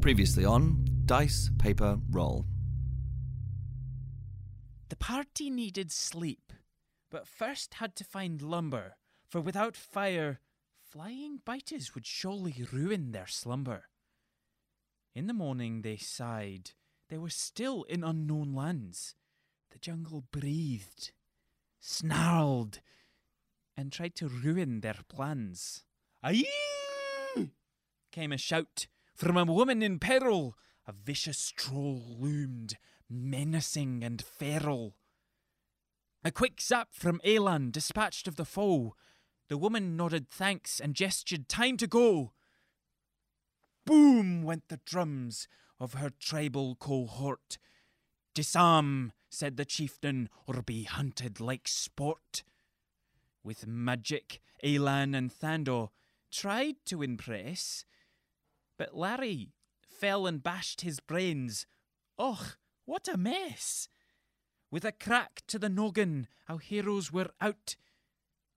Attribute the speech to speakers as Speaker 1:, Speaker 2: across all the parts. Speaker 1: Previously on Dice, Paper, Roll.
Speaker 2: The party needed sleep, but first had to find lumber, for without fire, flying biters would surely ruin their slumber. In the morning they sighed. They were still in unknown lands. The jungle breathed, snarled, and tried to ruin their plans. Aye! came a shout from a woman in peril. A vicious troll loomed, menacing and feral. A quick zap from Alan dispatched of the foe. The woman nodded thanks and gestured time to go. Boom went the drums of her tribal cohort. Disarm, said the chieftain, or be hunted like sport. With magic, Alan and Thandor tried to impress, but Larry fell and bashed his brains. Och, what a mess! With a crack to the noggin, our heroes were out.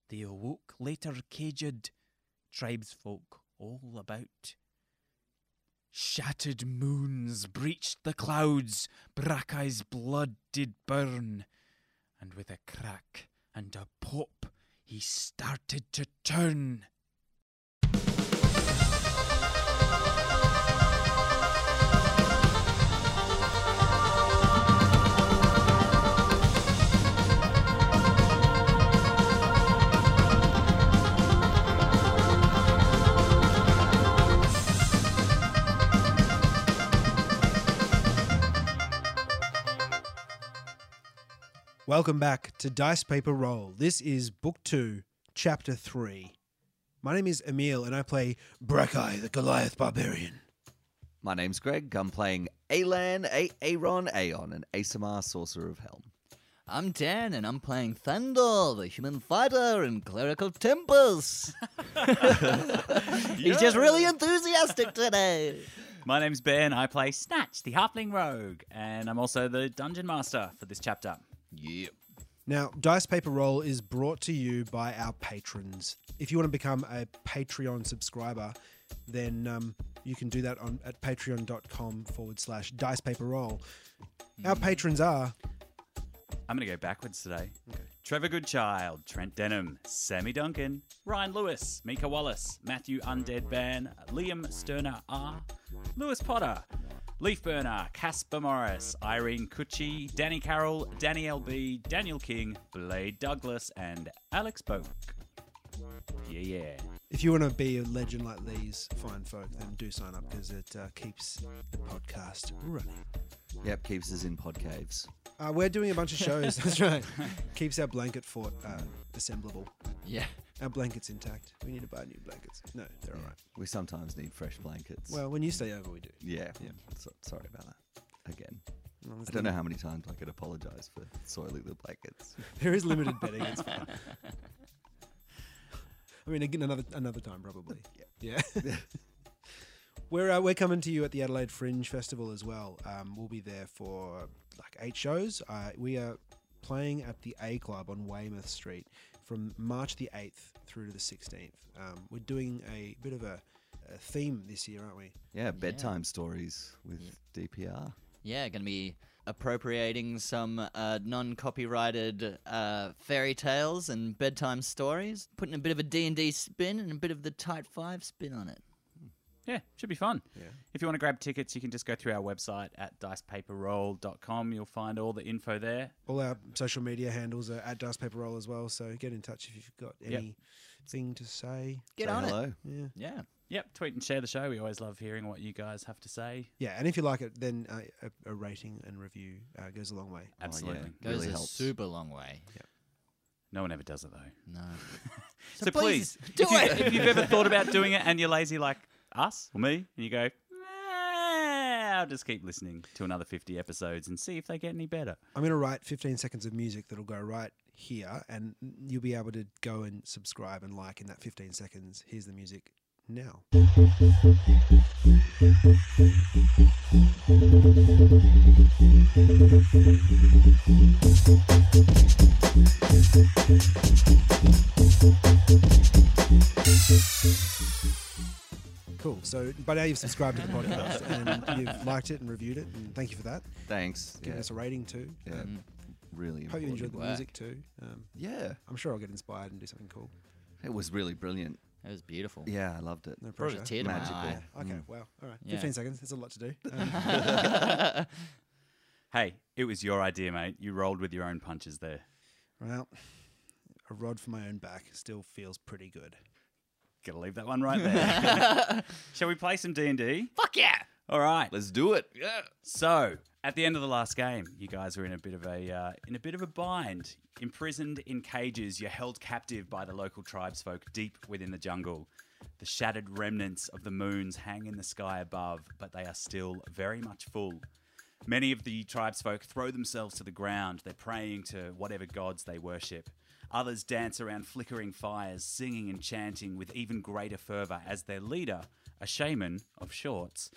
Speaker 2: They awoke later caged, tribesfolk all about. Shattered moons breached the clouds, Brackeye's blood did burn, and with a crack and a pop, he started to turn.
Speaker 3: Welcome back to Dice Paper Roll. This is Book 2, Chapter 3. My name is Emil and I play Brackeye the Goliath Barbarian.
Speaker 1: My name's Greg. I'm playing Alan, A- Aaron, Aeon, an ASMR Sorcerer of Helm.
Speaker 4: I'm Dan, and I'm playing Thunder, the human fighter in clerical tempers. He's just really enthusiastic today.
Speaker 5: My name's Ben. I play Snatch, the halfling rogue, and I'm also the dungeon master for this chapter.
Speaker 3: Now, Dice Paper Roll is brought to you by our patrons. If you want to become a Patreon subscriber, then um, you can do that on at patreon.com forward slash dice paper roll. Our patrons are
Speaker 5: I'm going to go backwards today. Trevor Goodchild, Trent Denham, Sammy Duncan, Ryan Lewis, Mika Wallace, Matthew Undead Ban, Liam Sterner R, Lewis Potter, Leaf Burner, Casper Morris, Irene Cucci, Danny Carroll, Danny LB, Daniel King, Blade Douglas, and Alex Boak. Yeah, yeah.
Speaker 3: If you want to be a legend like these fine folk, then do sign up because it uh, keeps the podcast running.
Speaker 1: Yep, keeps us in pod caves.
Speaker 3: Uh, we're doing a bunch of shows. That's right. Keeps our blanket fort uh, assemblable.
Speaker 4: Yeah.
Speaker 3: Our blanket's intact. We need to buy new blankets. No, they're all right.
Speaker 1: We sometimes need fresh blankets.
Speaker 3: Well, when you stay over, we do.
Speaker 1: yeah. yeah. So, sorry about that. Again. I don't know how many times I could apologize for soiling the blankets.
Speaker 3: There is limited betting. It's fine. I mean, again, another another time probably. Yeah. we're uh, we're coming to you at the Adelaide Fringe Festival as well. Um, we'll be there for like eight shows. Uh, we are playing at the A Club on Weymouth Street from March the eighth through to the sixteenth. Um, we're doing a bit of a, a theme this year, aren't we?
Speaker 1: Yeah, bedtime stories with DPR.
Speaker 4: Yeah, gonna be appropriating some uh, non-copyrighted uh, fairy tales and bedtime stories, putting a bit of a D&D spin and a bit of the Tight 5 spin on it.
Speaker 5: Yeah, should be fun. If you want to grab tickets, you can just go through our website at dicepaperroll.com. You'll find all the info there.
Speaker 3: All our social media handles are at Dice Paper Roll as well. So get in touch if you've got anything to say.
Speaker 4: Get
Speaker 1: Say
Speaker 4: on
Speaker 1: hello. Oh,
Speaker 4: it.
Speaker 3: Yeah.
Speaker 4: Yeah.
Speaker 5: Yep, tweet and share the show. We always love hearing what you guys have to say.
Speaker 3: Yeah, and if you like it, then uh, a, a rating and review uh, goes a long way.
Speaker 5: Absolutely.
Speaker 4: Goes
Speaker 1: Really
Speaker 4: a
Speaker 1: helps.
Speaker 4: super long way.
Speaker 5: No one ever does it though.
Speaker 4: No.
Speaker 5: So,
Speaker 4: please,
Speaker 5: please,
Speaker 4: do
Speaker 5: if, you,
Speaker 4: it.
Speaker 5: if you've ever thought about doing it and you're lazy like us or me, and you go, "Nah, I'll just keep listening to another 50 episodes and see if they get any better.
Speaker 3: I'm going to write 15 seconds of music that'll go right here, and you'll be able to go and subscribe and like in that 15 seconds. Here's the music now. Cool. So by now you've subscribed to the podcast and you've liked it and reviewed it, and thank you for that.
Speaker 1: Thanks.
Speaker 3: Giving
Speaker 1: Yeah,
Speaker 3: us a rating too.
Speaker 1: yeah. Really
Speaker 3: Hope you
Speaker 1: important
Speaker 3: enjoyed the
Speaker 1: work.
Speaker 3: music too. Um,
Speaker 1: Yeah,
Speaker 3: I'm sure I'll get inspired and do something cool.
Speaker 1: it was really brilliant.
Speaker 4: It was beautiful.
Speaker 1: Yeah, I loved it.
Speaker 3: No
Speaker 4: Brought a
Speaker 3: pressure.
Speaker 4: tear to my
Speaker 1: Magical.
Speaker 4: eye.
Speaker 3: Okay.
Speaker 1: Mm.
Speaker 3: Wow. All right.
Speaker 4: Yeah.
Speaker 3: 15 seconds. That's a lot to do. Um,
Speaker 5: Hey, it was your idea, mate. You rolled with your own punches there.
Speaker 3: well, a rod for my own back still feels pretty good.
Speaker 5: Gotta leave that one right there. Shall we play some D and D?
Speaker 4: Fuck yeah!
Speaker 5: All right.
Speaker 1: Let's do it. Yeah.
Speaker 5: So at the end of the last game, you guys were in a bit of a uh, in a bit of a bind, imprisoned in cages. You're held captive by the local tribesfolk deep within the jungle. The shattered remnants of the moons hang in the sky above, but they are still very much full. Many of the tribesfolk throw themselves to the ground. They're praying to whatever gods they worship. Others dance around flickering fires, singing and chanting with even greater fervor as their leader, a shaman of shorts,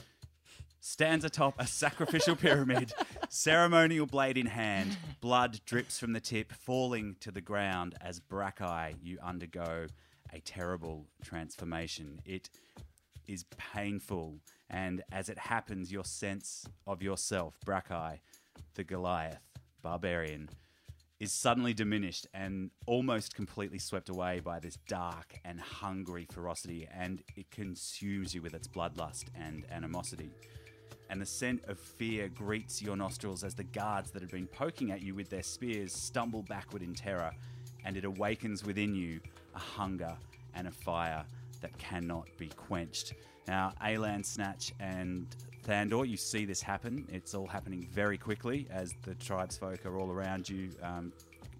Speaker 5: stands atop a sacrificial pyramid, ceremonial blade in hand. Blood drips from the tip, falling to the ground as Brackeye, you undergo a terrible transformation. It is painful, and as it happens, your sense of yourself, Brackeye, the Goliath, barbarian, is suddenly diminished and almost completely swept away by this dark and hungry ferocity, and it consumes you with its bloodlust and animosity and the scent of fear greets your nostrils as the guards that had been poking at you with their spears stumble backward in terror, and it awakens within you a hunger and a fire that cannot be quenched. Now, Alan, Snatch, and Thandor, you see this happen. It's all happening very quickly as the tribesfolk are all around you, um,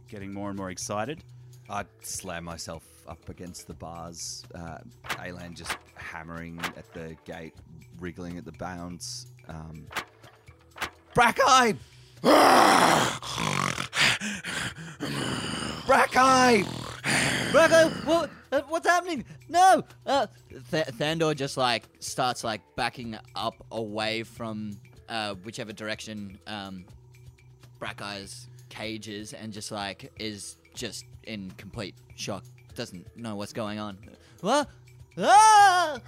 Speaker 5: getting more and more excited.
Speaker 1: I slam myself up against the bars. Uh, Alan just hammering at the gate, wriggling at the bounds. Um, Brackeye! Brackeye!
Speaker 4: Braco, what, uh, what's happening? No! Uh, Th- Thandor just like starts like backing up away from uh, whichever direction um, Brackeyes cage is and just like is just in complete shock. Doesn't know what's going on. What? Ah!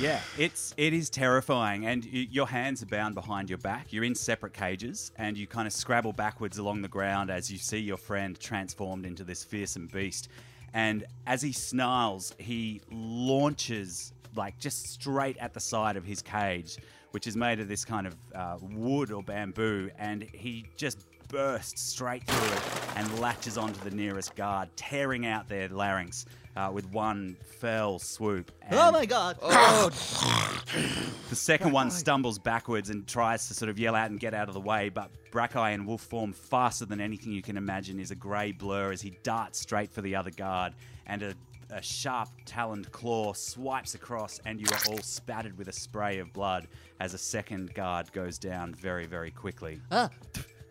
Speaker 5: Yeah, it's it is terrifying, and y- your hands are bound behind your back. You're in separate cages, and you kind of scrabble backwards along the ground as you see your friend transformed into this fearsome beast. And as he snarls, he launches like just straight at the side of his cage, which is made of this kind of uh, wood or bamboo, and he just bursts straight through it and latches onto the nearest guard, tearing out their larynx. Uh, with one fell swoop.
Speaker 4: Oh
Speaker 5: and-
Speaker 4: my god!
Speaker 5: the second one stumbles backwards and tries to sort of yell out and get out of the way, but Brackeye in wolf form, faster than anything you can imagine, is a grey blur as he darts straight for the other guard, and a, a sharp taloned claw swipes across, and you are all spattered with a spray of blood as a second guard goes down very, very quickly.
Speaker 4: Ah!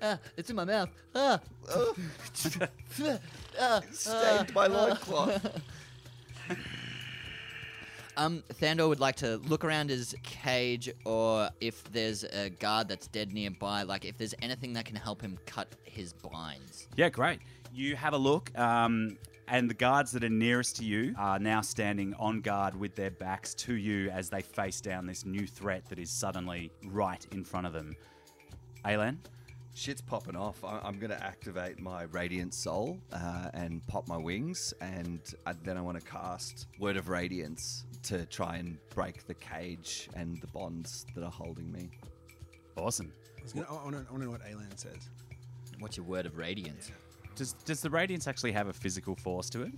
Speaker 4: Ah! It's in my mouth! Ah! Ah!
Speaker 1: Stained my loincloth.
Speaker 4: Um, Thandor would like to look around his cage, or if there's a guard that's dead nearby, like if there's anything that can help him cut his binds.
Speaker 5: Yeah, great. You have a look, um, and the guards that are nearest to you are now standing on guard with their backs to you as they face down this new threat that is suddenly right in front of them. Alan?
Speaker 1: Shit's popping off. I- I'm going to activate my Radiant Soul uh, and pop my wings, and I- then I want to cast Word of Radiance to try and break the cage and the bonds that are holding me.
Speaker 5: Awesome.
Speaker 3: I, was gonna, I, wanna, I wanna know what Alan says.
Speaker 4: What's your word of radiance?
Speaker 5: Does, does the Radiance actually have a physical force to it?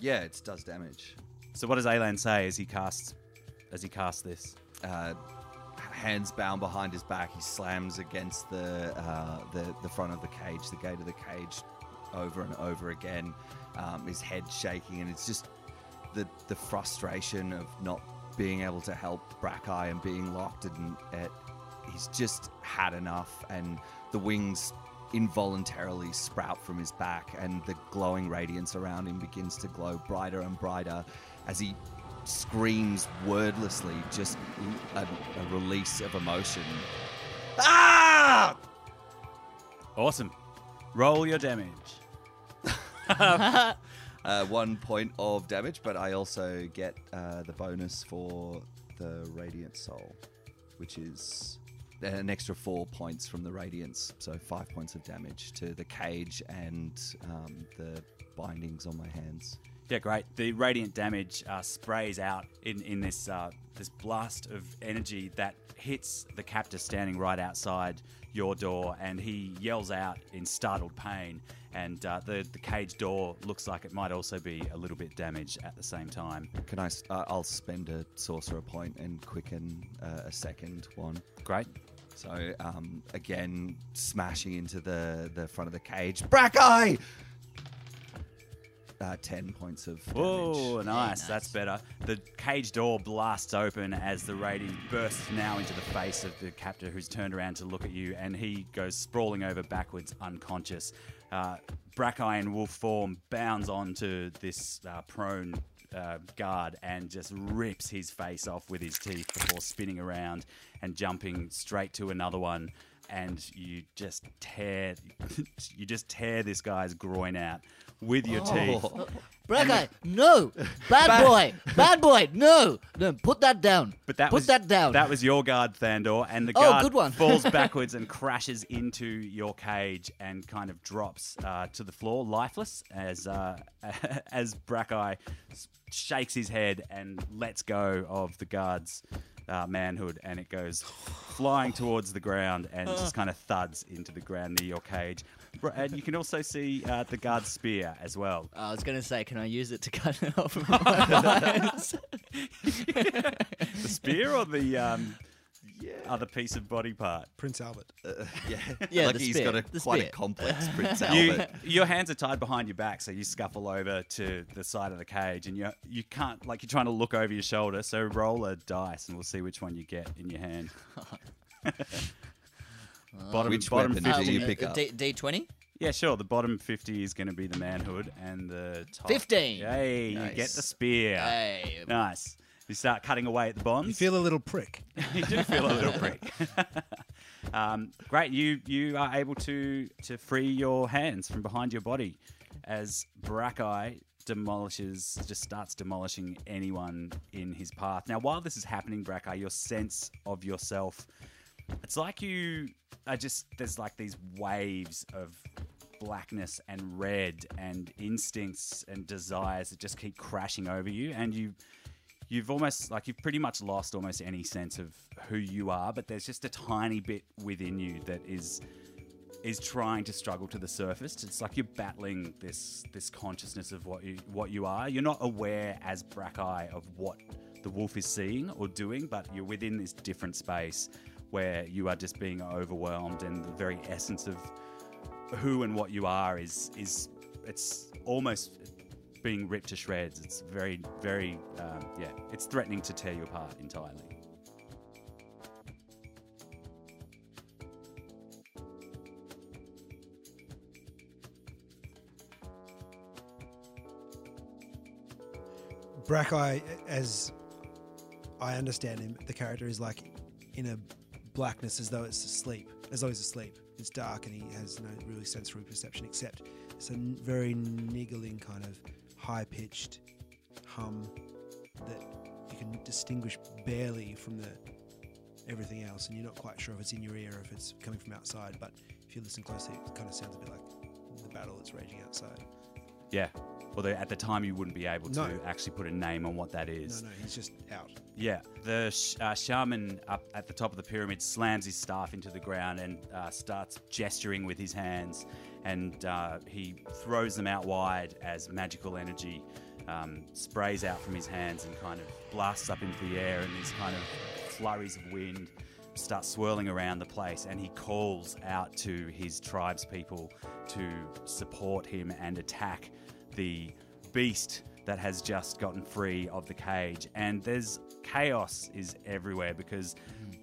Speaker 1: Yeah, it does damage.
Speaker 5: So what does Alan say as he casts as he casts this?
Speaker 1: uh, hands bound behind his back. He slams against the, uh, the the front of the cage, the gate of the cage, over and over again. Um, his head shaking, and it's just the the frustration of not being able to help Brackeye and being locked, and uh, it, he's just had enough. And the wings involuntarily sprout from his back, and the glowing radiance around him begins to glow brighter and brighter as he screams wordlessly just a, a release of emotion. Ah!
Speaker 5: Awesome. Roll your damage.
Speaker 1: Uh, one point of damage, but I also get uh, the bonus for the Radiant Soul, which is an extra four points from the Radiance, so five points of damage to the cage and um, the bindings on my hands.
Speaker 5: Yeah, great. The radiant damage uh, sprays out in in this uh, this blast of energy that hits the captor standing right outside your door, and he yells out in startled pain. And uh, the the cage door looks like it might also be a little bit damaged at the same time.
Speaker 1: Can I? s- Uh, I'll spend a sorcerer point and quicken uh, a second one.
Speaker 5: Great.
Speaker 1: So um, again, smashing into the the front of the cage. Brackeye. Uh, Ten points of damage.
Speaker 5: Whoa, nice.
Speaker 4: nice.
Speaker 5: That's better. The cage door blasts open as the radiant bursts now into the face of the captor who's turned around to look at you, and he goes sprawling over backwards, unconscious. Uh, Brackeye in wolf form bounds onto this uh, prone uh, guard and just rips his face off with his teeth before spinning around and jumping straight to another one. And you just tear, you just tear this guy's groin out with your Oh.
Speaker 4: Oh.
Speaker 5: teeth.
Speaker 4: Brackeye, no! Bad boy! Bad boy! No! No, put that down.
Speaker 5: But that
Speaker 4: put
Speaker 5: was
Speaker 4: that down.
Speaker 5: That was your guard, Thandor, and the
Speaker 4: Oh,
Speaker 5: guard
Speaker 4: good one.
Speaker 5: falls backwards and crashes into your cage and kind of drops uh, to the floor, lifeless, as uh, as Brackeye s- shakes his head and lets go of the guard's uh, manhood, and it goes flying towards the ground and just kind of thuds into the ground near your cage. Br- And you can also see uh, the guard's spear as well.
Speaker 4: I was gonna say, can I use it to cut it off with my eyes?
Speaker 5: The spear or the um, other piece of body part?
Speaker 3: Prince Albert.
Speaker 1: Yeah,
Speaker 4: Yeah,
Speaker 1: Lucky
Speaker 4: the
Speaker 1: he's
Speaker 4: spear,
Speaker 1: got a,
Speaker 4: the
Speaker 1: quite a
Speaker 4: spear.
Speaker 1: complex Prince
Speaker 5: you,
Speaker 1: Albert.
Speaker 5: your hands are tied behind your back, so you scuffle over to the side of the cage, and you you can't like you're trying to look over your shoulder. So roll a dice, and we'll see which one you get in your hand. bottom
Speaker 1: Which
Speaker 5: bottom
Speaker 1: weapon do
Speaker 4: Um,
Speaker 5: fifty.
Speaker 1: you pick up?
Speaker 4: D- D20?
Speaker 5: Yeah, sure. The bottom fifty is going to be the manhood, and the top
Speaker 4: 15.
Speaker 5: Hey, you get
Speaker 1: Nice.
Speaker 5: the spear.
Speaker 4: Hey.
Speaker 5: Nice. You start cutting away at the bonds.
Speaker 3: You feel a little prick.
Speaker 5: you do feel a little prick. um, great, you you are able to to free your hands from behind your body as Brackeye demolishes just starts demolishing anyone in his path. Now, while this is happening, Brackeye, your sense of yourself it's like you are just there's like these waves of blackness and red and instincts and desires that just keep crashing over you and you you've almost like you've pretty much lost almost any sense of who you are but there's just a tiny bit within you that is is trying to struggle to the surface it's like you're battling this this consciousness of what you what you are you're not aware as brackeye of what the wolf is seeing or doing but you're within this different space where you are just being overwhelmed and the very essence of who and what you are is is it's almost being ripped to shreds. It's very, very, um, yeah, it's threatening to tear you apart entirely.
Speaker 3: Brackeye, as I understand him, the character is like in a blackness as though it's asleep, as though he's asleep. It's dark and he has no really sensory perception except it's a n- very niggling kind of high pitched hum that you can distinguish barely from the everything else and you're not quite sure if it's in your ear or if it's coming from outside but if you listen closely it kind of sounds a bit like the battle that's raging outside
Speaker 5: Yeah. Although at the time you wouldn't be able to
Speaker 3: No.
Speaker 5: actually put a name on what that
Speaker 3: no
Speaker 5: is.
Speaker 3: no he's just out
Speaker 5: Yeah, the sh- uh, shaman up at the top of the pyramid slams his staff into the ground and uh, starts gesturing with his hands, and uh, he throws them out wide as magical energy um, sprays out from his hands and kind of blasts up into the air, and these kind of flurries of wind start swirling around the place, and he calls out to his tribespeople to support him and attack the beast that has just gotten free of the cage and there's chaos is everywhere because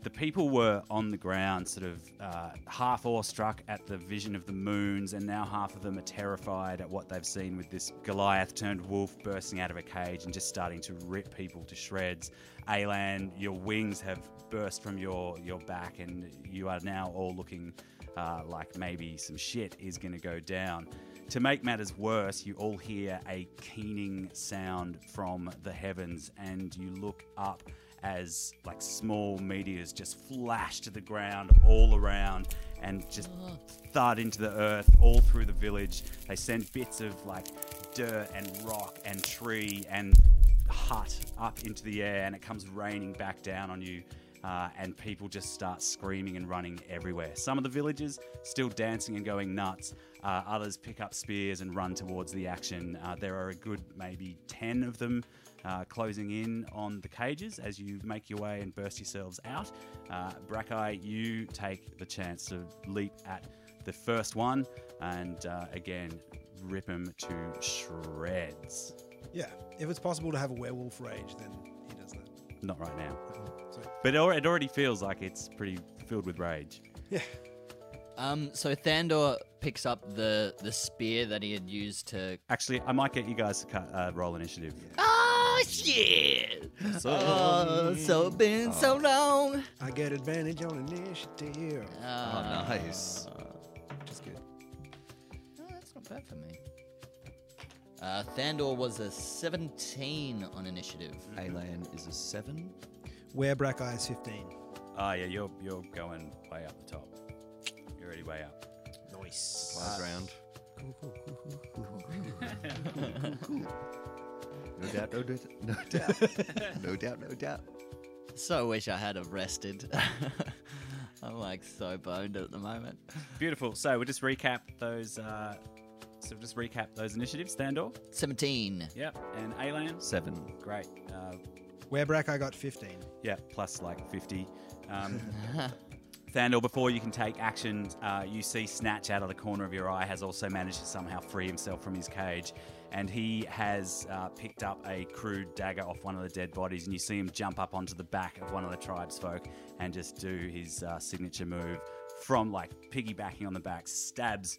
Speaker 5: the people were on the ground sort of uh, half awestruck at the vision of the moons and now half of them are terrified at what they've seen with this goliath turned wolf bursting out of a cage and just starting to rip people to shreds alan your wings have burst from your your back and you are now all looking uh, like maybe some shit is going to go down. To make matters worse, you all hear a keening sound from the heavens and you look up as like small meteors just flash to the ground all around and just thud into the earth all through the village. They send bits of like dirt and rock and tree and hut up into the air, and it comes raining back down on you. Uh, and people just start screaming and running everywhere. Some of the villagers still dancing and going nuts. Uh, others pick up spears and run towards the action. Uh, there are a good maybe 10 of them uh, closing in on the cages as you make your way and burst yourselves out. Uh, Brackeye, you take the chance to leap at the first one and uh, again rip him to shreds.
Speaker 3: Yeah, if it's possible to have a werewolf rage, then he does that.
Speaker 5: Not right now.
Speaker 3: So,
Speaker 5: But it al- it already feels like it's pretty filled with rage.
Speaker 3: yeah,
Speaker 4: Um, so Thandor picks up the the spear that he had used to.
Speaker 5: Actually, I might get you guys to cut, uh, roll initiative.
Speaker 4: Oh shit! Oh, so it's been so long.
Speaker 3: I get advantage on initiative.
Speaker 1: Oh,
Speaker 4: Uh,
Speaker 1: nice.
Speaker 3: Which is good.
Speaker 4: oh, that's not bad for me. Uh, Thandor was a 17 on initiative.
Speaker 1: Alan is a seven.
Speaker 3: Where Brackeye is 15.
Speaker 5: Oh yeah, you're you're going way up the top. You're already way up.
Speaker 3: Nice.
Speaker 1: Last round. No doubt, no doubt, no doubt, no doubt, no doubt.
Speaker 4: So wish I had have rested. I'm like so boned at the moment.
Speaker 5: Beautiful. So we'll just recap those. Uh, so we'll just recap those initiatives. Standor.
Speaker 4: 17.
Speaker 5: Yep. And Alan.
Speaker 1: Seven.
Speaker 5: Great. Uh,
Speaker 3: Where Brackeye got 15.
Speaker 5: yeah, plus like 50. Um, Thandor, before you can take action, uh, you see Snatch out of the corner of your eye has also managed to somehow free himself from his cage. And he has uh, picked up a crude dagger off one of the dead bodies, and you see him jump up onto the back of one of the tribesfolk and just do his uh, signature move from like piggybacking on the back, stabs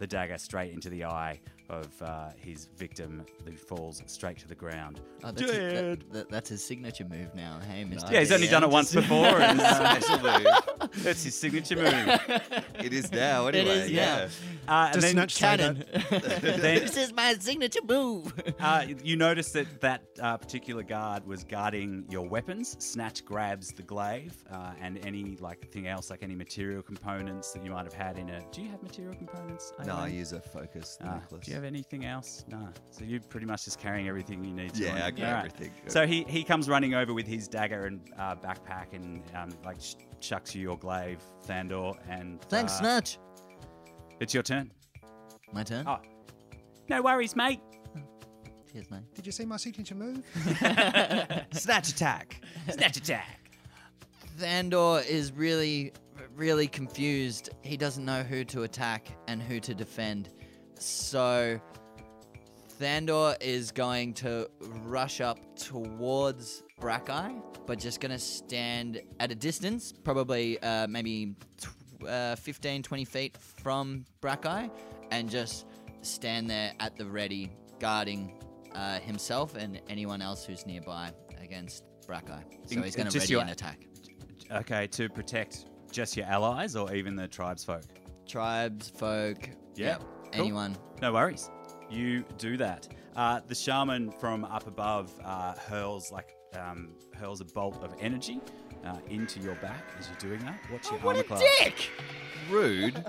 Speaker 5: the dagger straight into the eye of uh, his victim, who falls straight to the ground.
Speaker 4: Oh, that's, his, that, that- that's his signature move now. Hey, Mr.
Speaker 5: Yeah, he's only
Speaker 4: DM.
Speaker 5: done it once before. and, uh,
Speaker 1: Special move.
Speaker 5: that's his signature move.
Speaker 1: It is now,
Speaker 4: It
Speaker 1: anyway.
Speaker 4: is, yeah.
Speaker 5: Uh, and
Speaker 3: Does
Speaker 5: then,
Speaker 3: Snatch say that?
Speaker 4: Cannon.
Speaker 5: then
Speaker 4: this is my signature move.
Speaker 5: uh, you notice that that uh, particular guard was guarding your weapons. Snatch grabs the glaive uh, and any like thing else, like any material components that you might have had in a. Do you have material components?
Speaker 1: No, I
Speaker 5: Aileen?
Speaker 1: use a focus the
Speaker 5: Ah,
Speaker 1: necklace.
Speaker 5: do you have anything else? No. So you're pretty much just carrying everything you need. to
Speaker 1: Yeah,
Speaker 5: on you.
Speaker 1: I got
Speaker 5: Alright.
Speaker 1: everything.
Speaker 5: So he, he comes running over with his dagger and uh, backpack and um, like sh- chucks you your glaive, Thandor, and
Speaker 4: Thanks,
Speaker 5: uh,
Speaker 4: Snatch.
Speaker 5: It's your turn.
Speaker 4: My turn.
Speaker 5: Oh. No worries, mate.
Speaker 4: Cheers, mate.
Speaker 3: Did you see my signature move?
Speaker 1: Snatch attack.
Speaker 5: Snatch attack.
Speaker 4: Thandor is really, really confused. He doesn't know who to attack and who to defend. So, Thandor is going to rush up towards Brackeye, but just going to stand at a distance, probably uh, maybe tw- uh, 15, 20 feet from Brackeye, and just stand there at the ready, guarding uh, himself and anyone else who's nearby against Brackeye. So,
Speaker 5: In-
Speaker 4: he's going to
Speaker 5: just
Speaker 4: ready
Speaker 5: your-
Speaker 4: an attack.
Speaker 5: Okay, to protect just your allies or even the tribesfolk.
Speaker 4: tribes, folk.
Speaker 5: Yeah, cool.
Speaker 4: Anyone.
Speaker 5: No worries. You do that. Uh, the shaman from up above uh, hurls like um, hurls a bolt of energy uh, into your back as you're doing that. What's your armor class?
Speaker 4: dick!
Speaker 1: Rude.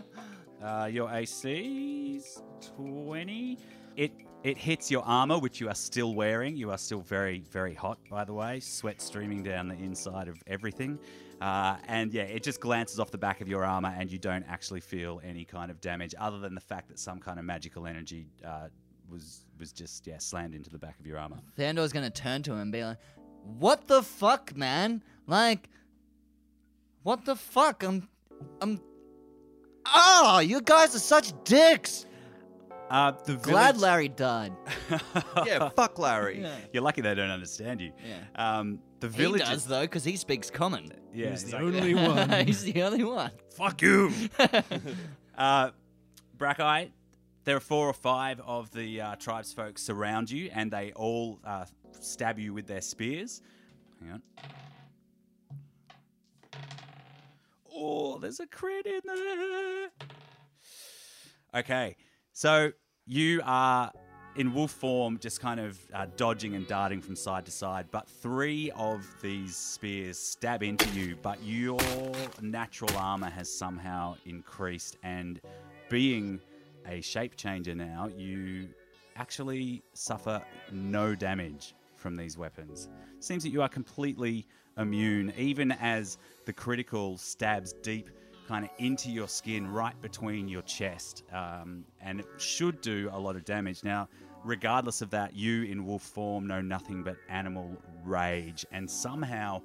Speaker 5: Uh, your AC's twenty. It it hits your armor, which you are still wearing. You are still very very hot, by the way. Sweat streaming down the inside of everything, uh, and yeah, it just glances off the back of your armor, and you don't actually feel any kind of damage, other than the fact that some kind of magical energy uh, was was just yeah slammed into the back of your armor.
Speaker 4: Thandor's gonna turn to him and be like, "What the fuck, man? Like, what the fuck? I'm, I'm. Oh, you guys are such dicks.
Speaker 5: Uh, the
Speaker 4: Glad
Speaker 5: village-
Speaker 4: Larry died.
Speaker 1: yeah, fuck Larry.
Speaker 5: You're lucky they don't understand you.
Speaker 4: Yeah.
Speaker 5: Um, the
Speaker 4: He
Speaker 5: village.
Speaker 4: does though, because he speaks common.
Speaker 5: Yeah,
Speaker 3: He's
Speaker 5: he's
Speaker 3: the
Speaker 5: like-
Speaker 3: only one.
Speaker 4: He's the only one.
Speaker 5: Fuck you. uh, Brackeye, there are four or five of the uh, tribesfolk surround you, and they all uh, stab you with their spears. Hang on. Oh, there's a crit in there. Okay, so you are in wolf form, just kind of uh, dodging and darting from side to side. But three of these spears stab into you, but your natural armor has somehow increased. And being a shape changer now, you actually suffer no damage from these weapons. Seems that you are completely immune, even as the critical stabs deep kind of into your skin, right between your chest, um, and it should do a lot of damage. Now, regardless of that, you in wolf form know nothing but animal rage, and somehow,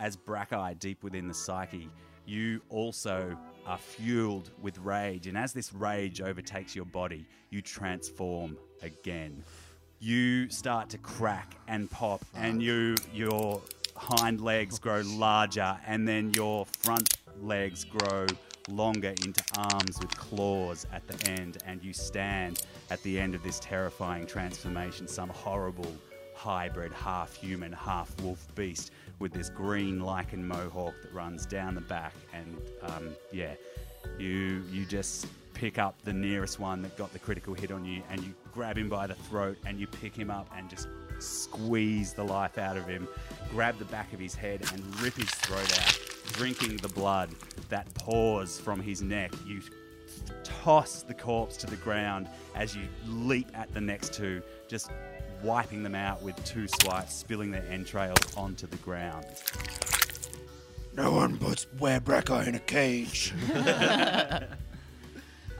Speaker 5: as Brackeye deep within the psyche, you also are fueled with rage, and as this rage overtakes your body, you transform again. You start to crack and pop, and you your hind legs grow larger, and then your front legs grow longer into arms with claws at the end, and you stand at the end of this terrifying transformation, some horrible hybrid, half human, half wolf beast with this green lichen mohawk that runs down the back. And um, yeah, you you just pick up the nearest one that got the critical hit on you, and you grab him by the throat, and you pick him up and just squeeze the life out of him, grab the back of his head, and rip his throat out, drinking the blood that pours from his neck. You toss the corpse to the ground as you leap at the next two, just wiping them out with two swipes, spilling their entrails onto the ground.
Speaker 3: No one puts Werebracker in a cage.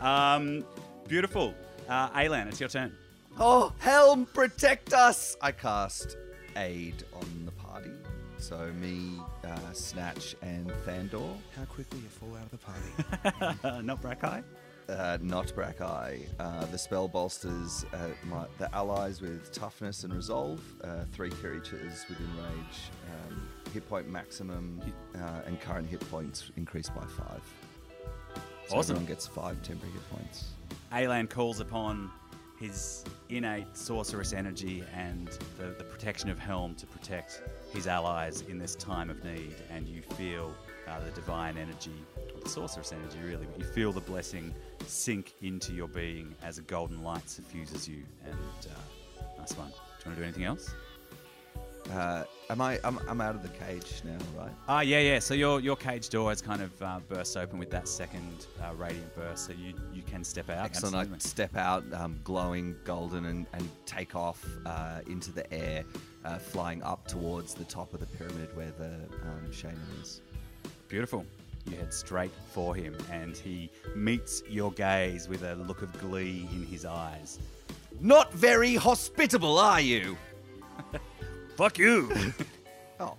Speaker 5: Um, beautiful. Uh, Alan, it's your turn.
Speaker 1: Oh, helm, protect us! I cast aid on the party. So me, uh, Snatch, and Thandor.
Speaker 3: How quickly you fall out of the party.
Speaker 5: Not Brackeye.
Speaker 1: uh, not Brackeye. Uh, the spell bolsters uh, my, the allies with toughness and resolve. Uh, three creatures within range. Um, hit point maximum uh, and current hit points increased by five. So
Speaker 5: Awesome.
Speaker 1: Everyone gets five temporary hit points.
Speaker 5: Alan calls upon his innate sorceress energy and the, the protection of Helm to protect his allies in this time of need. And you feel uh, the divine energy, the sorceress energy, really, but you feel the blessing sink into your being as a golden light suffuses you. And uh, nice one. Do you want to do anything else?
Speaker 1: Uh, am I? I'm, I'm out of the cage now, right?
Speaker 5: Ah, yeah, yeah. So your your cage door is kind of uh, burst open with that second uh, radiant burst, so you you can step out.
Speaker 1: Excellent. I
Speaker 5: Absolutely.
Speaker 1: step out, um, glowing golden, and, and take off uh, into the air, uh, flying up towards the top of the pyramid where the um, shaman is.
Speaker 5: Beautiful. You head straight for him, and he meets your gaze with a look of glee in his eyes.
Speaker 1: Not very hospitable, are you?
Speaker 5: Fuck you!
Speaker 1: Oh.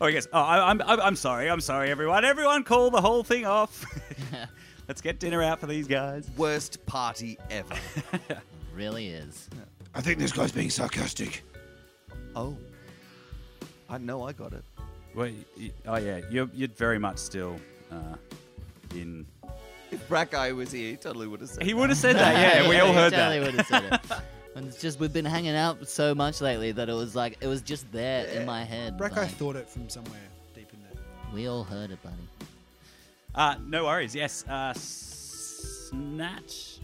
Speaker 5: oh, he goes. Oh, I, I'm, I'm I'm sorry. I'm sorry, everyone. Everyone, call the whole thing off. Let's get dinner out for these guys.
Speaker 1: Worst party ever.
Speaker 4: Really is.
Speaker 3: I think this guy's being sarcastic.
Speaker 1: oh. I know I got it.
Speaker 5: Well, y- oh yeah, you're you're very much still uh, in.
Speaker 1: If Brackeye was here, he totally would have said
Speaker 5: He would have said that. Yeah, we all heard that.
Speaker 4: totally would have said it. And it's just we've been hanging out so much lately that it was like it was just there in my head.
Speaker 3: Brackeye
Speaker 4: like,
Speaker 3: thought it from somewhere deep in there.
Speaker 4: we all heard it, buddy.
Speaker 5: Uh, no worries. Yes, uh, snatch.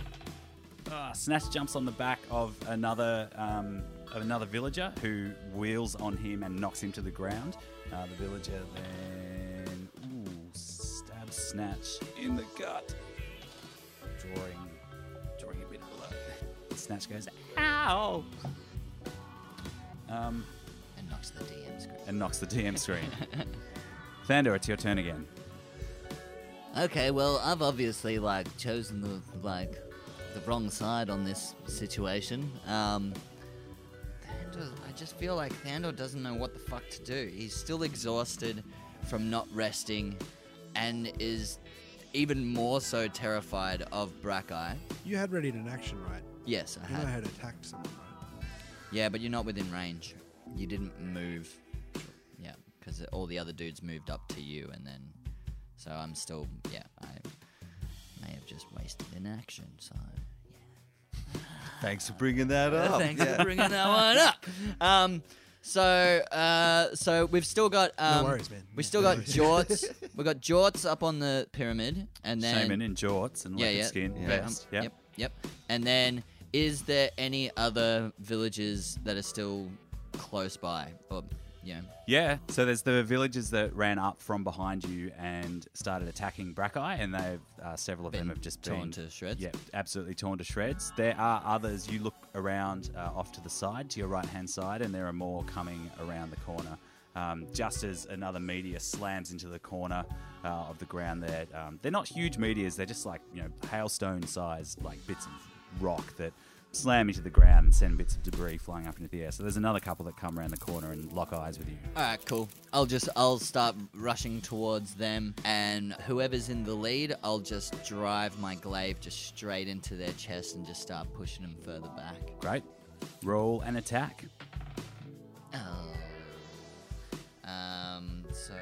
Speaker 5: Uh, snatch jumps on the back of another um, of another villager who wheels on him and knocks him to the ground. Uh, the villager then ooh, stabs Snatch in the gut, drawing drawing a bit of blood. Snatch goes ow, um,
Speaker 4: And knocks the DM screen.
Speaker 5: and knocks the DM screen. Thandor, it's your turn again.
Speaker 4: Okay, well, I've obviously like chosen the like the wrong side on this situation. Um, Thandor, I just feel like Thandor doesn't know what the fuck to do. He's still exhausted from not resting, and is even more so terrified of Brackeye.
Speaker 3: You had readied an action, right?
Speaker 4: Yes, I
Speaker 3: You
Speaker 4: had.
Speaker 3: know I had attacked someone, right?
Speaker 4: Yeah, but you're not within range. You didn't move. Yeah, because all the other dudes moved up to you, and then. So I'm still. Yeah, I may have just wasted an action, so.
Speaker 1: Thanks for bringing that up.
Speaker 4: Thanks for bringing that one up. Um, so, uh, so we've still got. Um,
Speaker 3: worries, man.
Speaker 4: We've still got Jorts. we've got Jorts up on the pyramid, and then.
Speaker 5: Shaman in jorts and
Speaker 4: Yeah,
Speaker 5: leopard
Speaker 4: yeah.
Speaker 5: skin
Speaker 4: yeah.
Speaker 5: vest.
Speaker 4: um,
Speaker 5: Yep.
Speaker 4: Yep. And then, is there any other villages that are still close by? Or, you know,
Speaker 5: Yeah. So there's the villagers that ran up from behind you and started attacking Brackeye, and they've uh, several of them
Speaker 4: Been
Speaker 5: have just
Speaker 4: torn
Speaker 5: been
Speaker 4: to shreds?
Speaker 5: Yeah, absolutely torn to shreds. There are others. You look around uh, off to the side, to your right hand side, and there are more coming around the corner. Um, just as another meteor slams into the corner uh, of the ground, there um, they're not huge meteors. They're just like you know hailstone sized like bits of rock that slam into the ground and send bits of debris flying up into the air. So there's another couple that come around the corner and lock eyes with you.
Speaker 4: all right, cool. I'll just I'll start rushing towards them, and whoever's in the lead, I'll just drive my glaive just straight into their chest and just start pushing them further back.
Speaker 5: Great. Roll and attack.
Speaker 4: Oh. Um. So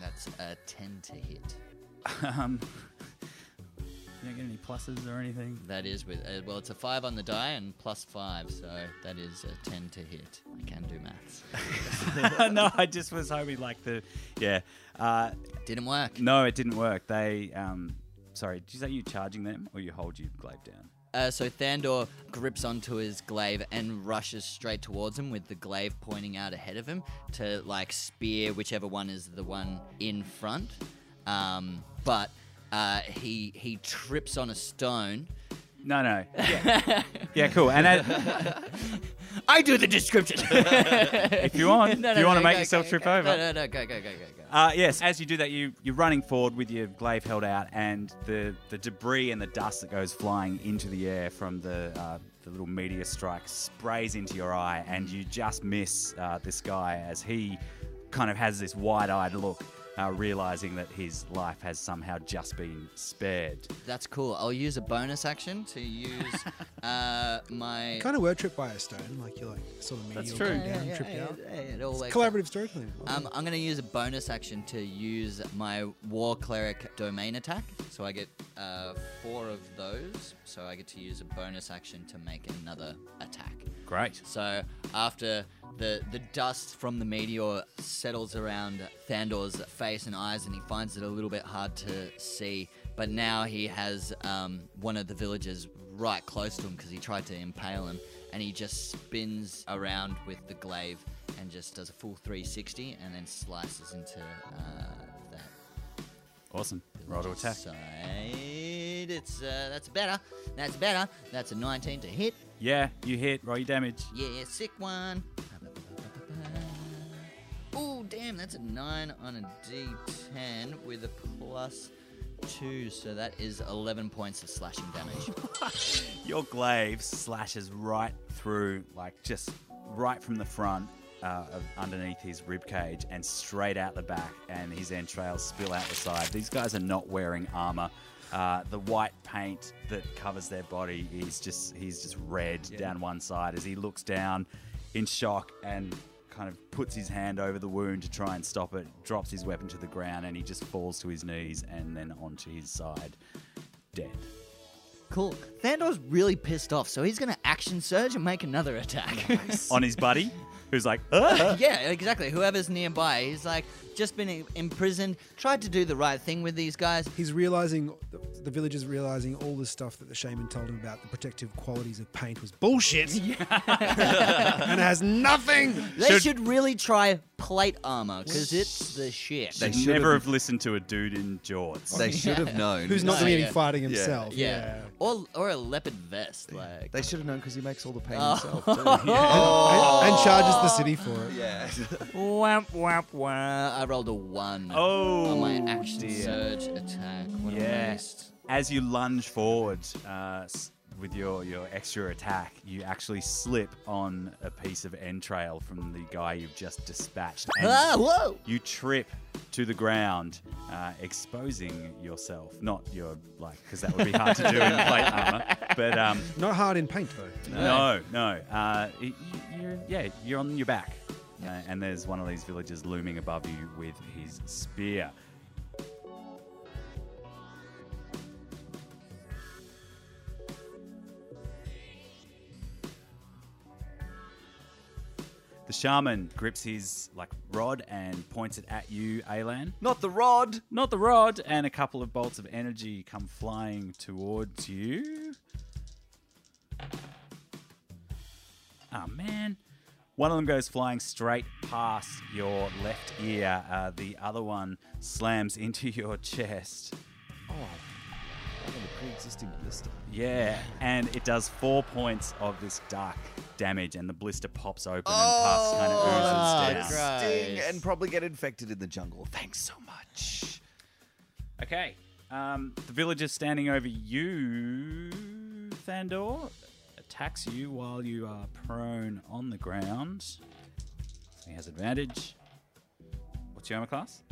Speaker 4: that's a ten to hit.
Speaker 5: Um, you don't get any pluses or anything.
Speaker 4: That is with uh, well, it's a five on the die and plus five, so that is a ten to hit. I can do maths.
Speaker 5: no, I just was hoping like the yeah. Uh,
Speaker 4: Didn't work.
Speaker 5: no, it didn't work. They um, sorry. Did you say you charging them or you hold your glaive down?
Speaker 4: Uh, so Thandor grips onto his glaive and rushes straight towards him with the glaive pointing out ahead of him to like spear whichever one is the one in front. Um, but uh, he he trips on a stone.
Speaker 5: No, no. Yeah, yeah cool. And that,
Speaker 4: I do the description.
Speaker 5: if you want,
Speaker 4: No,
Speaker 5: if
Speaker 4: no,
Speaker 5: you want
Speaker 4: no,
Speaker 5: to make
Speaker 4: go,
Speaker 5: yourself
Speaker 4: go,
Speaker 5: trip
Speaker 4: go.
Speaker 5: over.
Speaker 4: No, no, no, go, go, go, go, go.
Speaker 5: Uh, yes, as you do that, you, you're running forward with your glaive held out, and the, the debris and the dust that goes flying into the air from the, uh, the little meteor strike sprays into your eye, and you just miss uh, this guy as he kind of has this wide eyed look, uh, realizing that his life has somehow just been spared.
Speaker 4: That's cool. I'll use a bonus action to use uh, my.
Speaker 3: Kind of were tripped by a stone, like you're like sort of meteor
Speaker 5: true.
Speaker 3: going
Speaker 4: Yeah,
Speaker 3: down,
Speaker 4: yeah,
Speaker 3: tripped
Speaker 4: yeah,
Speaker 3: out.
Speaker 4: yeah, it all
Speaker 3: It's
Speaker 4: works out.
Speaker 3: collaborative storytelling.
Speaker 4: Um, I'm going to use a bonus action to use my War Cleric domain attack. So I get uh, four of those. So I get to use a bonus action to make another attack.
Speaker 5: Great.
Speaker 4: So after the, the dust from the meteor settles around Thandor's face and eyes, and he finds it a little bit hard to see, but now he has um, one of the villagers right close to him because he tried to impale him, and he just spins around with the glaive and just does a full 360 and then slices into uh, that
Speaker 5: Awesome. Roll to attack.
Speaker 4: side. It's uh, that's better. That's better. That's a 19 to hit.
Speaker 5: Yeah, you hit, roll your damage.
Speaker 4: Yeah, sick one. Oh, damn, that's a 9 on a d10 with a plus 2, so that is 11 points of slashing damage.
Speaker 5: Your glaive slashes right through, like just right from the front uh, of underneath his rib cage and straight out the back, and his entrails spill out the side. These guys are not wearing armor. Uh, the white paint that covers their body is just he's just red down one side as he looks down in shock and kind of puts his hand over the wound to try and stop it drops his weapon to the ground and he just falls to his knees and then onto his side dead
Speaker 4: cool. Thandor's really pissed off, so he's going to action surge and make another attack.
Speaker 5: on his buddy, who's like, "Ah!"
Speaker 4: yeah, exactly. Whoever's nearby, he's like, just been i- imprisoned, tried to do the right thing with these guys.
Speaker 3: He's realizing the, the villagers realizing all the stuff that the shaman told him about the protective qualities of paint was
Speaker 5: Oh,
Speaker 3: bullshit, and has nothing.
Speaker 4: They should, really try plate armor, because it's the shit.
Speaker 1: They
Speaker 5: should
Speaker 1: should've-
Speaker 5: never have listened to a dude in jorts.
Speaker 1: They should have known.
Speaker 3: Who's not
Speaker 4: No,
Speaker 3: doing
Speaker 4: yeah.
Speaker 3: any fighting himself?
Speaker 4: yeah. Or, or a leopard vest, like.
Speaker 1: They should have known because he makes all the pain himself. Too.
Speaker 3: And, and charges the city for it.
Speaker 1: yeah.
Speaker 2: Wamp, wamp, wamp.
Speaker 4: Uh, I rolled a one
Speaker 5: Oh,
Speaker 4: on my action
Speaker 5: dear.
Speaker 4: surge attack. What a
Speaker 5: Yeah.
Speaker 4: waste.
Speaker 5: As you lunge forward uh, s- with your, your extra attack, you actually slip on a piece of entrail from the guy you've just dispatched. and
Speaker 4: Ah, whoa!
Speaker 5: You trip to the ground, uh, exposing yourself. Not your, like, because that would be hard to do in plate armor, but um,
Speaker 3: Not hard in paint though.
Speaker 5: No, no. Uh, y- y- you're, yeah, you're on your back. Uh, and there's one of these villagers looming above you with his spear. The shaman grips his like rod and points it at you, Alan.
Speaker 1: Not the rod.
Speaker 5: Not the rod, and a couple of bolts of energy come flying towards you. Oh, man. One of them goes flying straight past your left ear. Uh, the other one slams into your chest.
Speaker 1: I have a pre-existing blister.
Speaker 5: Yeah, and it does four points of this dark damage, and the blister pops open and pus
Speaker 1: Oh,
Speaker 5: kind of oozes
Speaker 4: great.
Speaker 5: down.
Speaker 1: Sting
Speaker 4: Nice.
Speaker 1: and probably get infected in the jungle. Thanks so much.
Speaker 5: Okay. Um, the villager standing over you, Thandor, attacks you while you are prone on the ground. He has advantage. What's your armor class?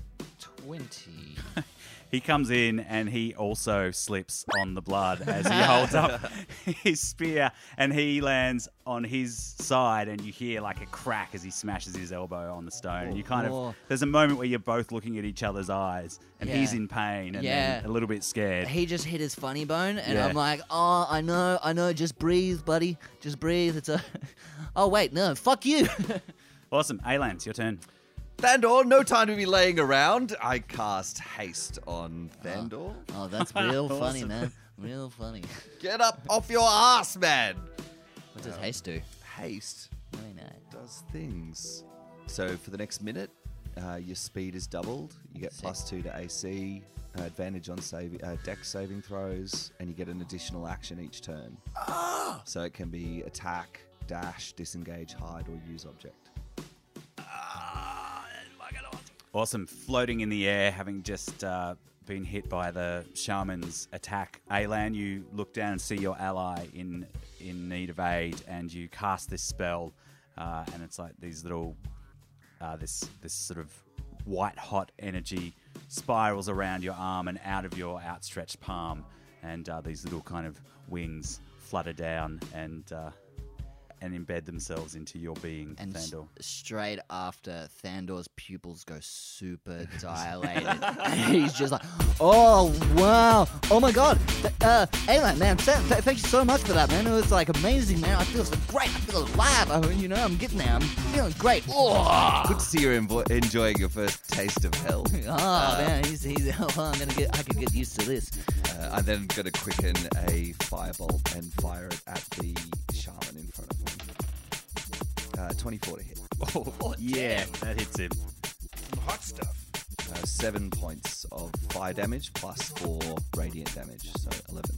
Speaker 4: 20.
Speaker 5: He comes in and he also slips on the blood as he holds up his spear and he lands on his side and you hear like a crack as he smashes his elbow on the stone. And you kind of
Speaker 4: Oh.
Speaker 5: there's a moment where you're both looking at each other's eyes and
Speaker 4: Yeah.
Speaker 5: he's in pain and then
Speaker 4: Yeah.
Speaker 5: a little bit scared.
Speaker 4: He just hit his funny bone, and
Speaker 5: Yeah.
Speaker 4: I'm like, oh, I know, I know, just breathe, buddy. Just breathe. It's a. Oh, wait, no, fuck you.
Speaker 5: Awesome. Alance, your turn.
Speaker 1: Thandor, no time to be laying around. I cast haste on Thandor.
Speaker 4: oh, that's real funny,
Speaker 5: Awesome.
Speaker 4: man. Real funny.
Speaker 1: Get up off your ass, man.
Speaker 4: What does haste do?
Speaker 1: Haste
Speaker 4: Why not?
Speaker 1: does things. So for the next minute, uh, your speed is doubled. You get
Speaker 4: Sick.
Speaker 1: plus two to AC, uh, advantage on save, uh, deck saving throws, and you get an additional action each turn. So it can be attack, dash, disengage, hide, or use object.
Speaker 5: Awesome. Floating in the air, having just uh, been hit by the shaman's attack. Alan, you look down and see your ally in in need of aid, and you cast this spell, uh, and it's like these little uh, this this sort of white hot energy spirals around your arm and out of your outstretched palm, and uh, these little kind of wings flutter down and uh, and embed themselves into your being,
Speaker 4: And s-
Speaker 5: Thandor.
Speaker 4: straight after Thandor's pupils go super dilated, and he's just like, "Oh wow! Oh my god! Th- Uh, anyway, man, th- th- thank you so much for that, man. It was like amazing, man. I feel so great. I feel alive. I, you know, I'm getting there. I'm feeling great. Oh,
Speaker 1: Good to see you envo- enjoying your first taste of hell.
Speaker 4: oh
Speaker 5: Uh.
Speaker 4: man, he's, he's oh, I'm gonna get. I could get used to this.
Speaker 1: Uh, I'm then going to quicken a firebolt and fire it at the shaman in front of me. Uh, 24 to hit.
Speaker 5: yeah, that hits him.
Speaker 3: Hot stuff.
Speaker 1: Uh, seven points of fire damage plus four radiant damage, so 11.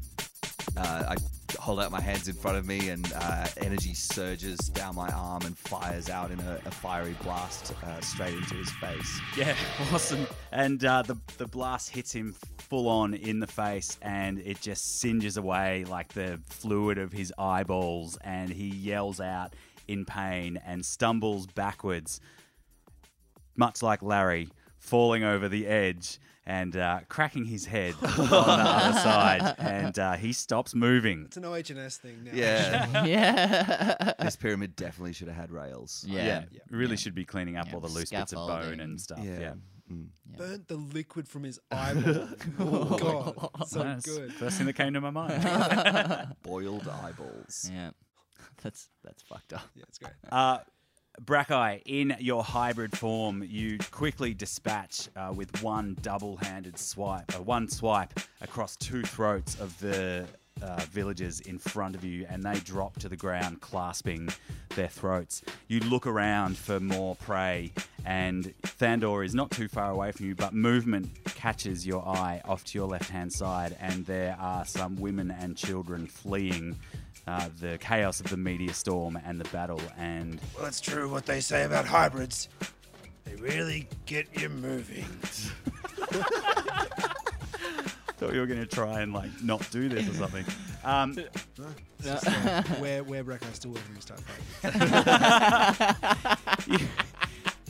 Speaker 1: Uh, I hold out my hands in front of me, and uh, energy surges down my arm and fires out in a, a fiery blast uh, straight into his face.
Speaker 5: Yeah, awesome. And uh, the the blast hits him full on in the face, and it just singes away like the fluid of his eyeballs, and he yells out in pain and stumbles backwards, much like Larry falling over the edge and uh, cracking his head on the other side, and uh, he stops moving.
Speaker 3: It's an OH&S thing now.
Speaker 1: Yeah,
Speaker 4: Yeah.
Speaker 1: this pyramid definitely should have had rails.
Speaker 4: Yeah.
Speaker 5: really should be cleaning up
Speaker 4: Yeah,
Speaker 5: all the loose bits of bone
Speaker 4: scaffolding.
Speaker 5: and stuff.
Speaker 1: Yeah. Mm.
Speaker 5: yeah.
Speaker 3: Burnt the liquid from his eyeball. oh, God. So
Speaker 5: That's
Speaker 3: good.
Speaker 5: First thing that came to my mind.
Speaker 1: Boiled eyeballs.
Speaker 4: yeah. That's that's fucked up.
Speaker 3: Yeah, it's great.
Speaker 5: Uh, Brackeye, in your hybrid form, you quickly dispatch uh, with one double-handed swipe, uh, one swipe across two throats of the uh, villagers in front of you, and they drop to the ground, clasping their throats. You look around for more prey, and Thandor is not too far away from you, but movement catches your eye off to your left-hand side, and there are some women and children fleeing uh, the chaos of the meteor storm and the battle. And
Speaker 6: Well, it's true what they say about hybrids. They really get you moving.
Speaker 5: thought you were going to try and like not do this or something. Um,
Speaker 3: Where, where Bracko's still working his type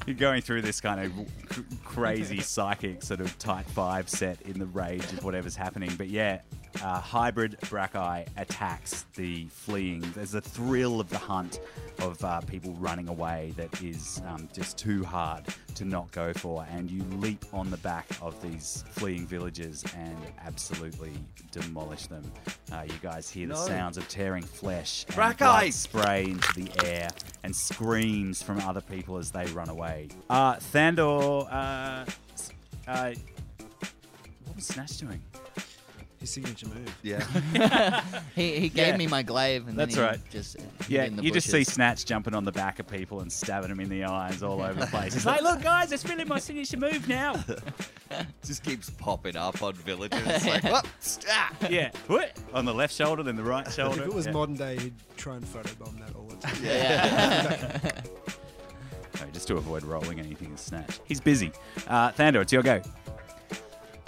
Speaker 5: you're going through this kind of cr- crazy psychic sort of type five set in the rage of whatever's happening. But yeah, uh, hybrid Brackeye attacks the fleeing. There's a thrill of the hunt of uh, people running away that is um, just too hard to not go for. And you leap on the back of these fleeing villages and absolutely demolish them. Uh, you guys hear the
Speaker 1: No.
Speaker 5: sounds of tearing flesh and
Speaker 1: Brackeye!
Speaker 5: blood spray into the air and screams from other people as they run away. Uh, Thandor, uh, s- uh, what was Snatch doing?
Speaker 3: His signature move.
Speaker 1: Yeah.
Speaker 4: He, he gave
Speaker 5: Yeah.
Speaker 4: me my glaive, and
Speaker 5: That's
Speaker 4: then he
Speaker 5: right.
Speaker 4: Just
Speaker 5: Yeah,
Speaker 4: hid in the
Speaker 5: you just see
Speaker 4: bushes.
Speaker 5: Snatch jumping on the back of people and stabbing them in the eyes all over the place. He's like, look, guys, it's really my signature move now.
Speaker 1: just keeps popping up on villagers. It's like, what? Ah!
Speaker 5: yeah, what? on the left shoulder, then the right shoulder.
Speaker 3: If it was
Speaker 5: yeah.
Speaker 3: modern day, he'd try and photobomb that all the time.
Speaker 4: Yeah.
Speaker 5: No, just to avoid rolling anything in Snatch. He's busy. Uh, Thandor, it's your go.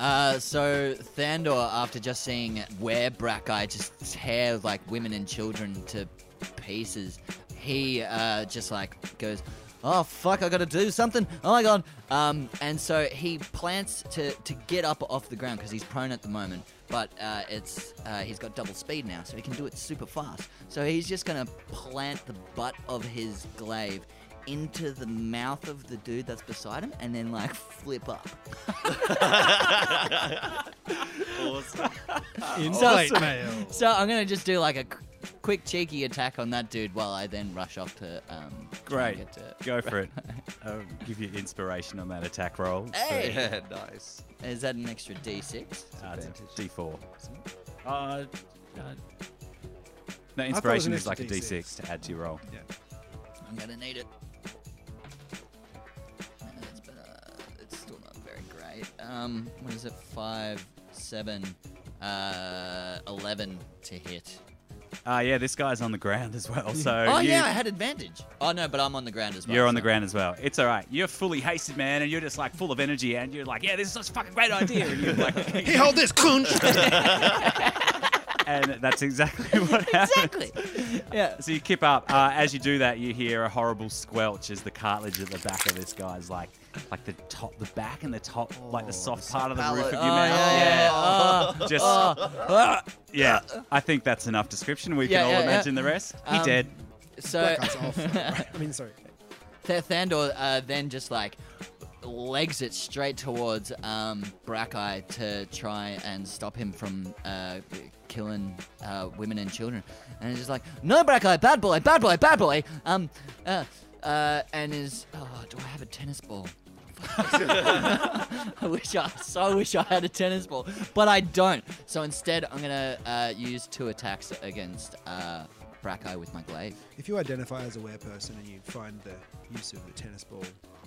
Speaker 4: uh, so Thandor, after just seeing where Brackeye just tear like women and children to pieces, he uh, just like goes, "Oh fuck, I gotta do something! Oh my god!" Um, and so he plants to to get up off the ground because he's prone at the moment. But uh, it's uh, he's got double speed now, so he can do it super fast. So he's just gonna plant the butt of his glaive into the mouth of the dude that's beside him, and then like flip up.
Speaker 3: In
Speaker 4: So-
Speaker 3: plate mail.
Speaker 4: So I'm gonna just do like a qu- quick cheeky attack on that dude while I then rush off to um. try and
Speaker 5: Great.
Speaker 4: get to-
Speaker 5: Go for it. I'll give you inspiration on that attack roll.
Speaker 4: Hey,
Speaker 1: Yeah, nice.
Speaker 4: is that an extra D6?
Speaker 5: Uh, it's a
Speaker 1: Advantage.
Speaker 5: D4. Uh, uh, no,
Speaker 3: was
Speaker 5: inspiration
Speaker 3: an
Speaker 5: is like a
Speaker 3: extra
Speaker 5: D6.
Speaker 3: D6.
Speaker 5: to add to your roll.
Speaker 4: I'm gonna need it. Uh, It's, been, uh, it's still not very great. Um, what is it? Five, seven, uh, eleven to hit.
Speaker 5: Uh, yeah, this guy's on the ground as well. So
Speaker 4: oh
Speaker 5: you,
Speaker 4: yeah, I had advantage. Oh no, but I'm on the ground as well.
Speaker 5: You're on
Speaker 4: so-
Speaker 5: the ground as well. It's all right. You're fully hasted, man, and you're just like full of energy, and you're like, yeah, this is such a fucking great idea. And you're like,
Speaker 6: Hey, hold this, Kunch!
Speaker 5: and that's exactly what happens.
Speaker 4: Exactly. yeah.
Speaker 5: So you kip up. Uh, as you do that, you hear a horrible squelch as the cartilage at the back of this guy's like, like the top, the back and the top, like the soft part of the roof of your
Speaker 4: Oh,
Speaker 5: mouth.
Speaker 4: yeah, yeah, Oh, yeah.
Speaker 5: Yeah. Just, yeah. I think that's enough description. We
Speaker 4: Yeah,
Speaker 5: can all
Speaker 4: yeah, yeah.
Speaker 5: imagine the rest. He
Speaker 4: Um,
Speaker 5: dead.
Speaker 4: So
Speaker 3: That's off. I mean, sorry.
Speaker 4: Th- Thandor uh, then just like legs it straight towards um, Brackeye to try and stop him from uh, killing uh, women and children. And he's just like, no, Brackeye, bad boy, bad boy, bad boy. Um, uh, uh, and is, oh, do I have a tennis ball? I wish I so wish I had a tennis ball, but I don't. So instead, I'm gonna uh, use two attacks against uh, Brackeye with my glaive.
Speaker 3: If you identify as a were person and you find the use of the tennis ball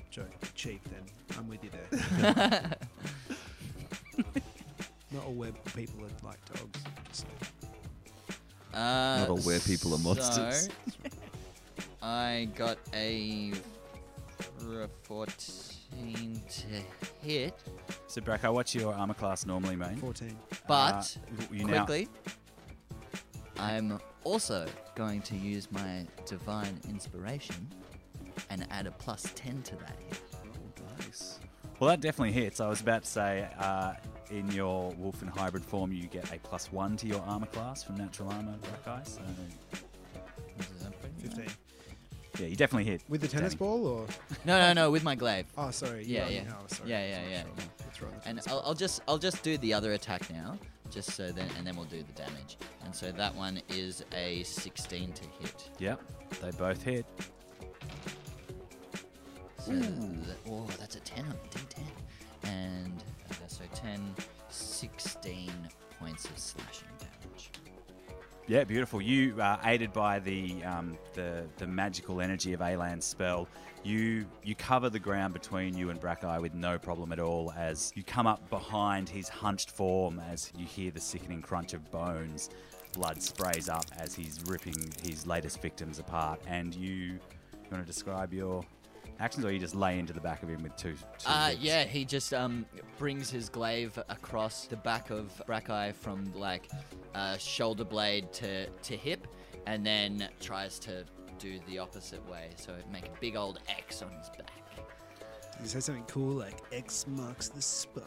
Speaker 3: joke cheap, then I'm with you there. Not all web people are like dogs. Just
Speaker 4: Uh,
Speaker 1: Not all were people are monsters.
Speaker 4: so, I got a r- 14 to hit,
Speaker 5: So Brackeye, what's your armor class normally, mate?
Speaker 3: 14.
Speaker 4: but
Speaker 5: Uh, you now-
Speaker 4: quickly, I'm also going to use my divine inspiration and add a plus 10 to that. hit.
Speaker 5: Well, that definitely hits. I was about to say, uh, in your wolf and hybrid form, you get a plus one to your armor class from natural armor, Black Eye. So,
Speaker 4: Is that pretty good?
Speaker 3: 15.
Speaker 5: yeah, you definitely hit.
Speaker 3: With the tennis
Speaker 5: Danny.
Speaker 3: ball or?
Speaker 4: No, no, no, with my glaive.
Speaker 3: Oh, sorry.
Speaker 4: Yeah,
Speaker 3: you're
Speaker 4: yeah.
Speaker 3: on- Oh, sorry.
Speaker 4: Yeah, yeah,
Speaker 3: sorry,
Speaker 4: yeah,
Speaker 3: sorry.
Speaker 4: yeah.
Speaker 3: It's right on the
Speaker 4: And uh,
Speaker 3: tennis
Speaker 4: I'll,
Speaker 3: ball.
Speaker 4: I'll just I'll just do the other attack now, just so then and then we'll do the damage. And so that one is a 16 to hit.
Speaker 5: Yep, they both hit.
Speaker 4: So
Speaker 5: Hmm.
Speaker 4: that, oh, that's a 10 on D10. And uh, so 10, 16 points of slashing damage.
Speaker 5: Yeah, beautiful. You uh, aided by the, um, the the magical energy of Alan's spell. You you cover the ground between you and Brackeye with no problem at all as you come up behind his hunched form as you hear the sickening crunch of bones. Blood sprays up as he's ripping his latest victims apart. And you, you want to describe your actions, or you just lay into the back of him with two? two
Speaker 4: Uh,
Speaker 5: hits?
Speaker 4: yeah, he just um, brings his glaive across the back of Brackeye from like uh, shoulder blade to, to hip, and then tries to do the opposite way. So make a big old X on his back.
Speaker 3: Did you say something cool like X marks the spot?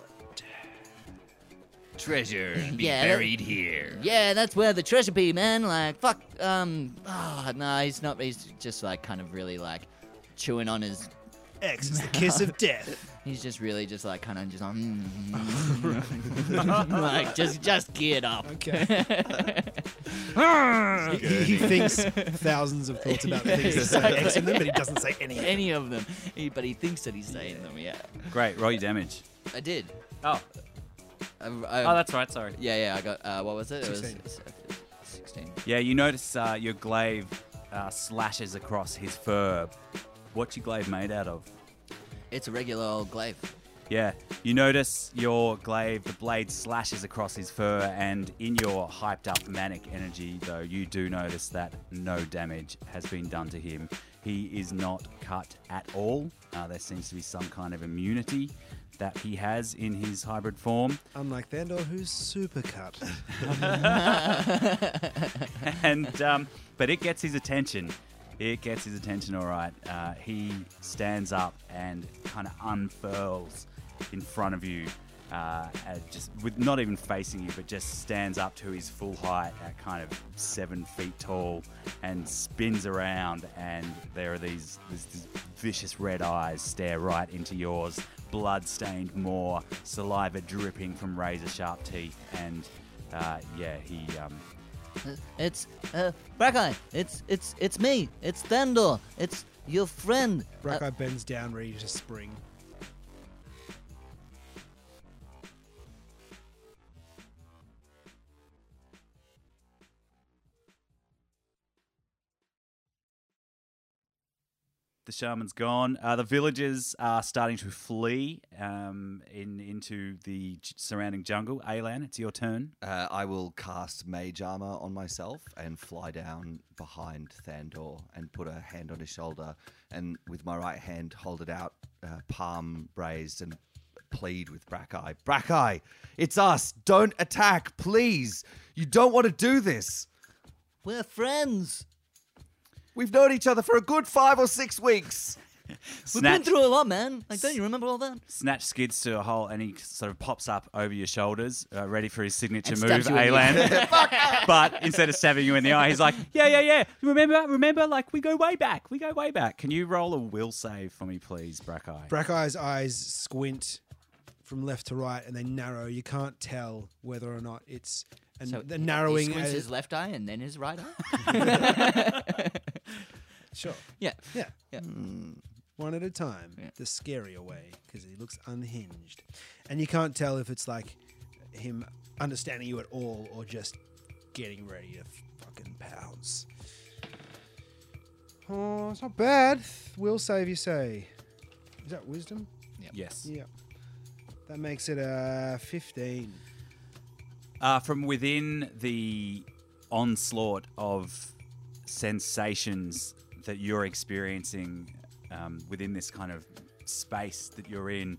Speaker 6: Treasure be
Speaker 4: Yeah, that-
Speaker 6: buried here.
Speaker 4: Yeah, that's where the treasure be, man. Like, fuck. Um, oh, no, he's not. He's just like kind of really like chewing on his
Speaker 6: X is the kiss of death.
Speaker 4: He's just really just like kind of just like, like just just geared up.
Speaker 3: Okay. he, he thinks thousands of thoughts about things to say X in them, but he doesn't say anything.
Speaker 4: Any of them, He- but he thinks that he's saying them. Yeah,
Speaker 5: Great. Roll your damage.
Speaker 4: I did.
Speaker 5: Oh,
Speaker 4: I, I,
Speaker 5: Oh, that's right. Sorry.
Speaker 4: yeah, yeah. I got uh, what was it? It was
Speaker 3: 16.
Speaker 4: s- s- sixteen.
Speaker 5: Yeah, you notice uh, your glaive uh, slashes across his fur. What's your glaive made out of?
Speaker 4: It's a regular old glaive.
Speaker 5: Yeah, you notice your glaive, the blade slashes across his fur, and in your hyped up manic energy, though, you do notice that no damage has been done to him. He is not cut at all. Uh, there seems to be some kind of immunity that he has in his hybrid form.
Speaker 3: Unlike Thandor, who's super cut.
Speaker 5: and um, but it gets his attention. It gets his attention, all right. Uh, he stands up and kind of unfurls in front of you, uh, and just with not even facing you, but just stands up to his full height, at kind of seven feet tall, and spins around. And there are these, these, these vicious red eyes stare right into yours, blood-stained maw, saliva dripping from razor-sharp teeth, and uh, yeah, he um,
Speaker 4: It's uh, Brackeye. It's it's it's me. It's Thandor. It's your friend. Uh,
Speaker 3: Brackeye bends down, ready to spring.
Speaker 5: the shaman's gone. Uh, the villagers are starting to flee um, in into the j- surrounding jungle. Alan, it's your turn.
Speaker 1: Uh, I will cast mage armor on myself and fly down behind Thandor and put a hand on his shoulder and with my right hand hold it out, uh, palm raised, and plead with Brackeye. Brackeye, it's us. Don't attack, please. You don't want to do this.
Speaker 4: we're friends.
Speaker 1: We've known each other for a good five or six weeks.
Speaker 4: We've been
Speaker 5: Snatch,
Speaker 4: through a lot, man. Like, don't you remember all that?
Speaker 5: snatch skids to a hole, and he sort of pops up over your shoulders, uh, ready for his signature
Speaker 4: And
Speaker 5: move,
Speaker 4: stabs you in the
Speaker 5: Alan. but instead of stabbing you in the eye, he's like, "Yeah, yeah, yeah. Remember, remember. Like we go way back. We go way back. Can you roll a will save for me, please, Brackeye?
Speaker 3: Brackeye's eyes squint from left to right, and they narrow. You can't tell whether or not it's and the narrowing.
Speaker 4: He squints
Speaker 3: as-
Speaker 4: his left eye and then his right eye.
Speaker 3: sure,
Speaker 4: yeah.
Speaker 3: yeah, Mm.
Speaker 4: Yeah.
Speaker 3: one at a time, the scarier way, because he looks unhinged, and you can't tell if it's like him understanding you at all or just getting ready to fucking pounce. Oh, it's not bad. Will save you say. Is that wisdom?
Speaker 5: Yes.
Speaker 3: Yeah. That makes it uh, 15.
Speaker 5: Uh, from within the onslaught of sensations that you're experiencing um, within this kind of space that you're in,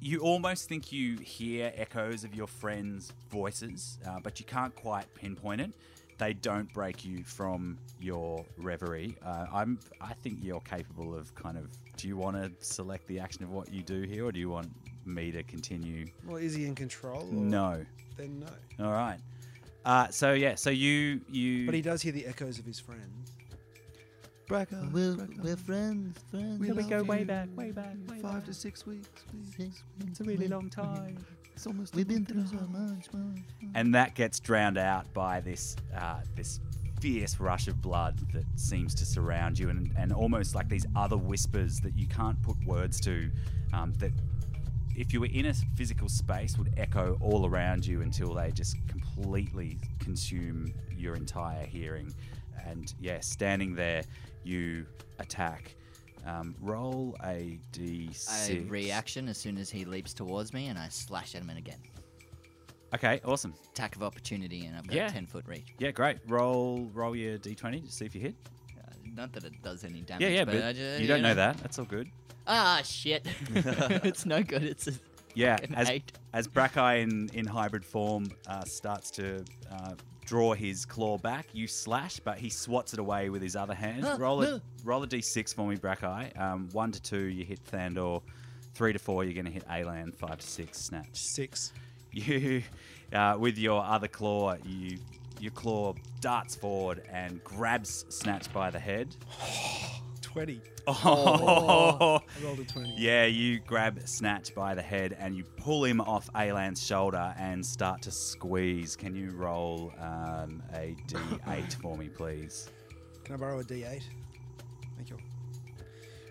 Speaker 5: you almost think you hear echoes of your friends' voices, uh, but you can't quite pinpoint it. They don't break you from your reverie. Uh, I'm. I think you're capable of kind of. Do you want to select the action of what you do here, or do you want me to continue?
Speaker 3: Well, is he in control? Or
Speaker 5: No.
Speaker 3: Then no.
Speaker 5: All right. Uh, so yeah, so you you
Speaker 3: But he does hear the echoes of his friends.
Speaker 1: Brackeye,
Speaker 4: We're, we're friends. Friends.
Speaker 1: we
Speaker 4: love
Speaker 1: go way
Speaker 4: you.
Speaker 1: back, way back, five to six weeks.
Speaker 4: Six
Speaker 1: It's a really long time. It's almost.
Speaker 4: We've been through so much, man.
Speaker 5: and that gets drowned out by this uh, this fierce rush of blood that seems to surround you, and, and almost like these other whispers that you can't put words to, um, that if you were in a physical space would echo all around you until they just completely consume your entire hearing. And yeah, standing there, you attack. Um, roll a
Speaker 4: I
Speaker 5: d6.
Speaker 4: reaction as soon as he leaps towards me, and I slash at him again.
Speaker 5: Okay, awesome.
Speaker 4: Attack of opportunity, and I've got
Speaker 5: Yeah.
Speaker 4: a ten foot reach.
Speaker 5: Yeah, great. Roll roll your d20 to see if you hit.
Speaker 4: Uh, not that it does any damage.
Speaker 5: Yeah, yeah,
Speaker 4: but,
Speaker 5: but
Speaker 4: I just,
Speaker 5: you don't know that. That's all good.
Speaker 4: Ah, shit. it's no good. It's a,
Speaker 5: Yeah,
Speaker 4: An
Speaker 5: as
Speaker 4: eight.
Speaker 5: as Brackeye in, in hybrid form uh, starts to uh, draw his claw back, you slash, but he swats it away with his other hand.
Speaker 4: Ah,
Speaker 5: roll a
Speaker 4: no.
Speaker 5: roll a d6 for me, Brackeye. Um, one to two, you hit Thandor. Three to four, you're going to hit Alan. Five to six, snatch.
Speaker 3: Six.
Speaker 5: you uh, with your other claw you your claw darts forward and grabs snatch by the head
Speaker 3: 20.
Speaker 5: oh
Speaker 3: I rolled a 20.
Speaker 5: yeah you grab snatch by the head and you pull him off alan's shoulder and start to squeeze can you roll um, a d8 for me please
Speaker 3: Can I borrow a D8? Thank you.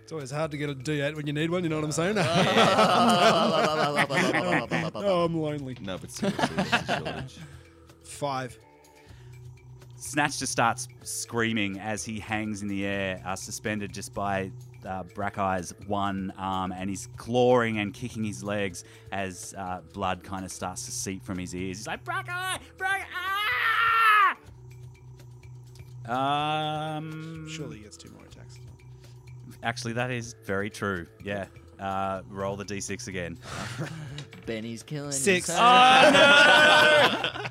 Speaker 3: It's always hard to get a D8 when you need one. You know what I'm saying? oh, I'm lonely.
Speaker 1: No, but seriously, there's a shortage.
Speaker 3: Five.
Speaker 5: Snatch just starts screaming as he hangs in the air, uh, suspended just by uh, Brackeye's one arm, and he's clawing and kicking his legs as uh, blood kind of starts to seep from his ears. He's like, Brackeye! Brackeye! Ah! Um,
Speaker 3: Surely he gets two more attacks. as well.
Speaker 5: Actually, that is very true. Yeah. Uh, roll the d6 again.
Speaker 4: Benny's killing
Speaker 3: Six.
Speaker 4: himself.
Speaker 5: Ah!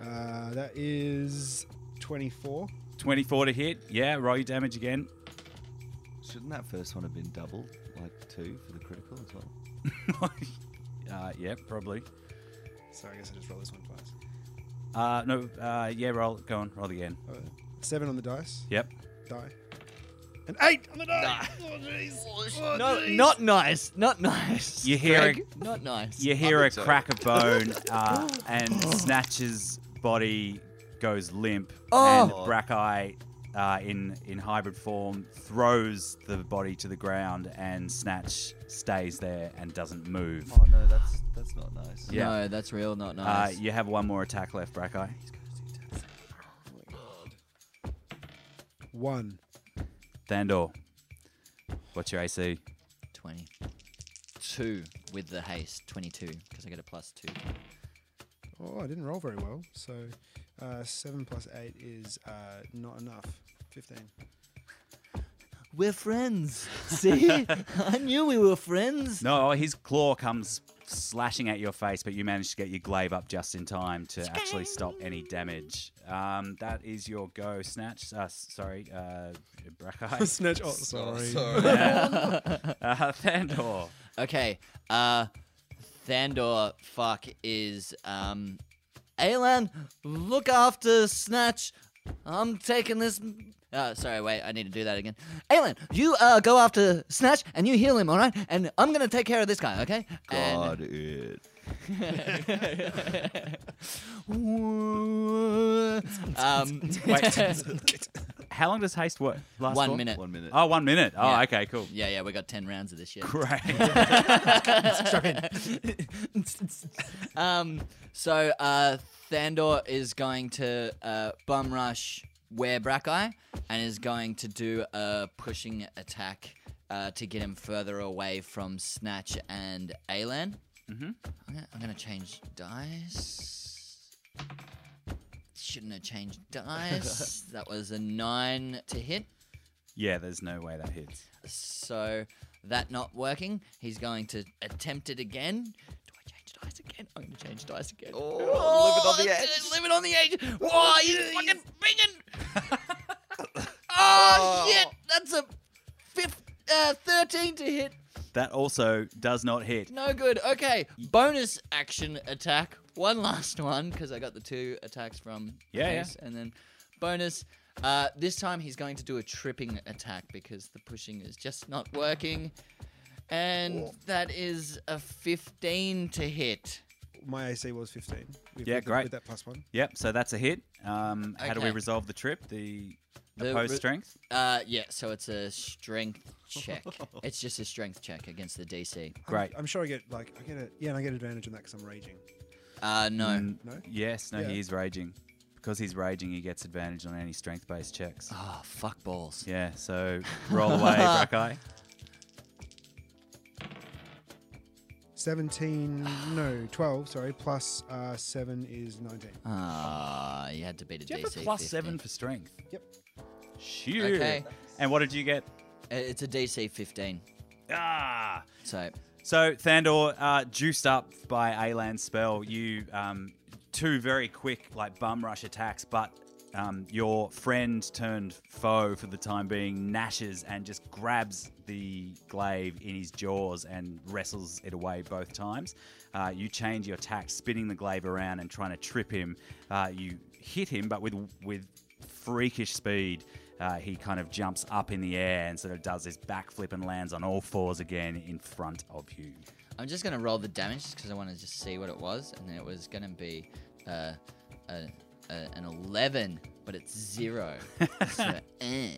Speaker 3: Uh, that is 24.
Speaker 5: 24 to hit. Yeah, roll your damage again.
Speaker 1: Shouldn't that first one have been doubled, like two for the critical as well?
Speaker 5: uh, yeah, probably.
Speaker 3: So I guess I just roll this one twice.
Speaker 5: Uh, no, uh, yeah, roll. Go on, roll again.
Speaker 3: Oh, yeah. Seven on the dice.
Speaker 5: Yep.
Speaker 3: Die. An eight on the die. Oh, jeez. Oh,
Speaker 4: No,
Speaker 3: jeez.
Speaker 4: not nice. Not nice.
Speaker 5: You hear
Speaker 4: Greg.
Speaker 5: it-
Speaker 4: Not nice.
Speaker 5: You hear a crack of bone, uh, and Snatch's body goes limp, and
Speaker 4: Oh.
Speaker 5: Brackeye, uh, in in hybrid form, throws the body to the ground, and Snatch stays there and doesn't move.
Speaker 1: Oh no, that's that's not nice.
Speaker 5: Yeah.
Speaker 4: No, that's real. Not
Speaker 5: Uh,
Speaker 4: nice.
Speaker 5: you have one more attack left, Brackeye.
Speaker 3: One.
Speaker 5: Thandor, what's your AC?
Speaker 4: Twenty. Two with the haste. Twenty-two because I get a plus two.
Speaker 3: Oh, I didn't roll very well. So uh, seven plus eight is uh, not enough. 15.
Speaker 4: We're friends. See, I knew we were friends.
Speaker 5: No, his claw comes slashing at your face, but you manage to get your glaive up just in time to actually stop any damage. Um, that is your go, Snatch. Uh, s- sorry, uh, Brackeye.
Speaker 3: Snatch. Oh, sorry.
Speaker 5: uh, Thandor.
Speaker 4: Okay. Uh, Thandor, fuck, is um, Alan. Look after Snatch. I'm taking this. Uh, sorry, wait. I need to do that again. Alan, you uh go after Snatch and you heal him, all right? And I'm gonna take care of this guy, okay? And-
Speaker 1: God, it.
Speaker 4: um,
Speaker 5: Wait. How long does haste work? Last
Speaker 4: one
Speaker 5: for?
Speaker 4: minute.
Speaker 1: One minute.
Speaker 5: Oh, one minute. Oh,
Speaker 4: Yeah.
Speaker 5: okay, cool.
Speaker 4: Yeah, yeah, we got ten rounds of this shit.
Speaker 5: Great.
Speaker 4: um, so uh, Thandor is going to uh, bum rush where Brackeye and is going to do a pushing attack uh, to get him further away from Snatch and Alan. Mm-hmm. I'm, gonna, I'm gonna change dice. Shouldn't have changed dice. that was a nine to hit.
Speaker 5: yeah, there's no way that hits.
Speaker 4: So that not working, he's going to attempt it again. Do I change dice again? I'm going to change dice again. Oh, live it on the edge. Oh, Live it on the edge. Whoa, he's fucking binging. oh, shit. That's a fifth, uh, 13 to hit.
Speaker 5: That also does not hit.
Speaker 4: No good. Okay, bonus action attack. One last one because I got the two attacks from
Speaker 5: Yeah, yeah.
Speaker 4: Ace, and then bonus. Uh, this time he's going to do a tripping attack because the pushing is just not working, and that is a fifteen to hit.
Speaker 3: My AC was 15. With,
Speaker 5: Yeah,
Speaker 3: with the-
Speaker 5: great.
Speaker 3: With that plus one.
Speaker 5: Yep, so that's a hit. Um, How do we
Speaker 4: Okay.
Speaker 5: resolve the trip? The
Speaker 4: The
Speaker 5: opposed
Speaker 4: re-
Speaker 5: strength?
Speaker 4: Uh, yeah, so it's a strength check. it's just a strength check against the DC.
Speaker 3: I'm-
Speaker 5: Great.
Speaker 3: I'm, sure I get, like, I get it. Yeah, and I get advantage on that because I'm raging.
Speaker 4: Uh, no.
Speaker 5: Mm.
Speaker 3: No?
Speaker 5: Yes, no,
Speaker 3: Yeah.
Speaker 5: he is raging. Because he's raging, he gets advantage on any strength based checks.
Speaker 4: Ah, fuck balls.
Speaker 5: Yeah, so roll away, Brackeye.
Speaker 3: 17, no, 12, sorry, plus uh, 7 is 19.
Speaker 4: Ah, you had to beat a
Speaker 5: Do you have
Speaker 4: DC.
Speaker 5: a plus
Speaker 4: 15.
Speaker 5: seven for strength?
Speaker 3: Yep.
Speaker 5: Shoot.
Speaker 4: Okay.
Speaker 5: And what did you get?
Speaker 4: Uh, It's a DC fifteen.
Speaker 5: Ah.
Speaker 4: So
Speaker 5: So Thandor, uh, juiced up by Alan's spell, you um, two very quick like bum rush attacks, but um, your friend turned foe for the time being gnashes and just grabs the glaive in his jaws and wrestles it away both times. Uh, you change your attack, spinning the glaive around and trying to trip him. Uh, you hit him, but with with freakish speed. Uh, he kind of jumps up in the air and sort of does this backflip and lands on all fours again in front of you.
Speaker 4: I'm just gonna roll the damage because I want to just see what it was, and it was gonna be uh, a a, an 11, but it's zero. so, eh.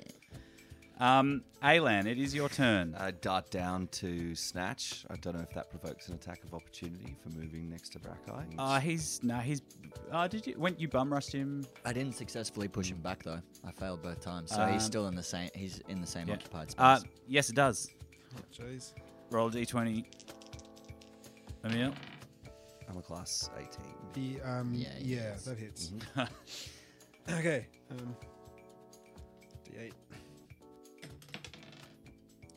Speaker 5: Um, Alan, it is your turn.
Speaker 1: I dart down to snatch. I don't know if that provokes an attack of opportunity for moving next to Brackeye.
Speaker 5: Uh, he's no, he's. Uh, did you when you bum rushed him?
Speaker 4: I didn't successfully push him back though. I failed both times, so
Speaker 5: Um,
Speaker 4: he's still in the same. He's in the same
Speaker 5: Yeah.
Speaker 4: occupied space.
Speaker 5: Uh, yes, it does.
Speaker 3: Jeez.
Speaker 5: Roll a d20. Emil.
Speaker 1: I'm a class 18.
Speaker 3: The um yeah,
Speaker 4: Yeah, he hits.
Speaker 3: that hits.
Speaker 5: Mm-hmm.
Speaker 3: okay. Um D eight.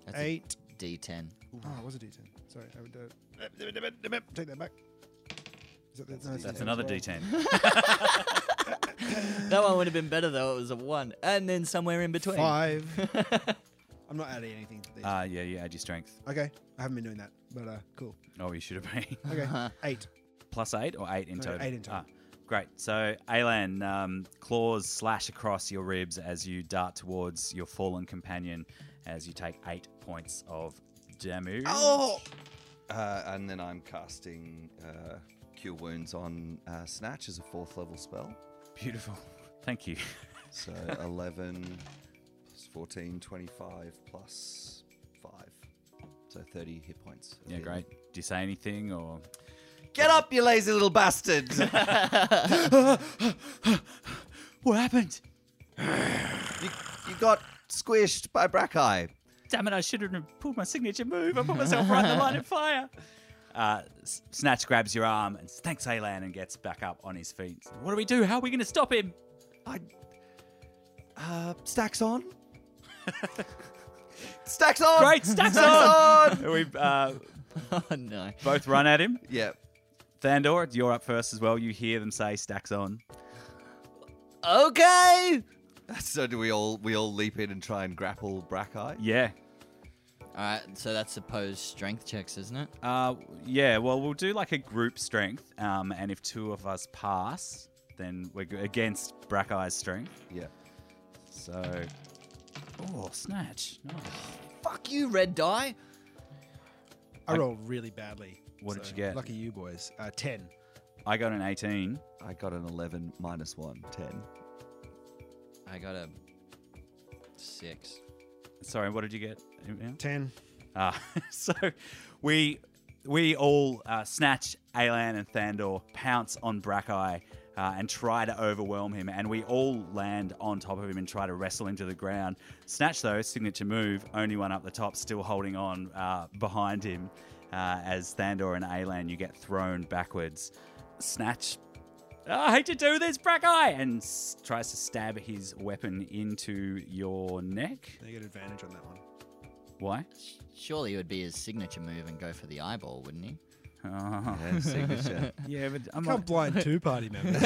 Speaker 4: That's a
Speaker 3: Eight.
Speaker 4: D10.
Speaker 3: Ooh, oh, it was a D ten. Sorry, I would uh, take that back. Is that, that's, no, it's
Speaker 5: That's
Speaker 3: a
Speaker 5: another
Speaker 3: as well.
Speaker 5: d10.
Speaker 4: That one would have been better though. It was a one, and then somewhere in between.
Speaker 3: Five. I'm not adding anything to these.
Speaker 5: Ah, yeah, you add your strength.
Speaker 3: okay. I haven't been doing that, but uh cool.
Speaker 5: Oh, you should have been.
Speaker 3: Okay. Eight.
Speaker 5: Plus eight or eight in
Speaker 3: No,
Speaker 5: total?
Speaker 3: eight in total.
Speaker 5: Ah, great. So, Alan, um, claws slash across your ribs as you dart towards your fallen companion as you take eight points of damage.
Speaker 1: Oh! Uh, and then I'm casting uh, Cure Wounds on uh, Snatch as a fourth level spell.
Speaker 5: Beautiful. Thank you.
Speaker 1: So 11 plus 14, 25 plus 5. So 30 hit points.
Speaker 5: Yeah, great. Do you say anything or.
Speaker 1: Get up, you lazy little bastard!
Speaker 5: What happened?
Speaker 1: you, you got squished by Brackeye.
Speaker 5: Damn it, I should have pulled my signature move. I put myself right in the line of fire. Uh, S- Snatch grabs your arm and thanks Alan and gets back up on his feet. What do we do? How are we going to stop him?
Speaker 1: I. Uh, stacks on? stacks on!
Speaker 5: Great, stacks
Speaker 1: on!
Speaker 5: we uh,
Speaker 4: oh no.
Speaker 5: both run at him.
Speaker 1: yeah.
Speaker 5: Thandor, you're up first as well. You hear them say stacks on.
Speaker 4: Okay.
Speaker 1: So do we all we all leap in and try and grapple Brackeye?
Speaker 5: Yeah.
Speaker 4: All right. So that's supposed strength checks, isn't it?
Speaker 5: Uh, yeah, well, we'll do like a group strength. Um, and if two of us pass, then we're g- against Brackeye's strength.
Speaker 1: Yeah.
Speaker 5: So. Oh, snatch. Nice.
Speaker 4: Fuck you, red die.
Speaker 3: I rolled really badly.
Speaker 5: What did you get?
Speaker 3: Lucky you boys. Uh, ten.
Speaker 5: I got an 18.
Speaker 1: I got an 11 minus 1, 10.
Speaker 4: I got a six.
Speaker 5: Sorry, what did you get? Emil?
Speaker 3: Ten.
Speaker 5: Ah, so we we all uh, snatch Alan and Thandor, pounce on Brackeye, uh, and try to overwhelm him. And we all land on top of him and try to wrestle him to the ground. Snatch though, signature move, only one up the top, still holding on uh, behind him. Uh, as Thandor and Alan, you get thrown backwards. Snatch "Oh, I hate to do this, Brackeye! And s- tries to stab his weapon into your neck.
Speaker 3: They get advantage on that one.
Speaker 5: Why?
Speaker 4: Surely it would be his signature move and go for the eyeball, wouldn't he?
Speaker 5: Oh.
Speaker 1: Yeah, signature.
Speaker 5: Yeah, but I'm
Speaker 3: Can't
Speaker 5: not.
Speaker 3: blind two party members.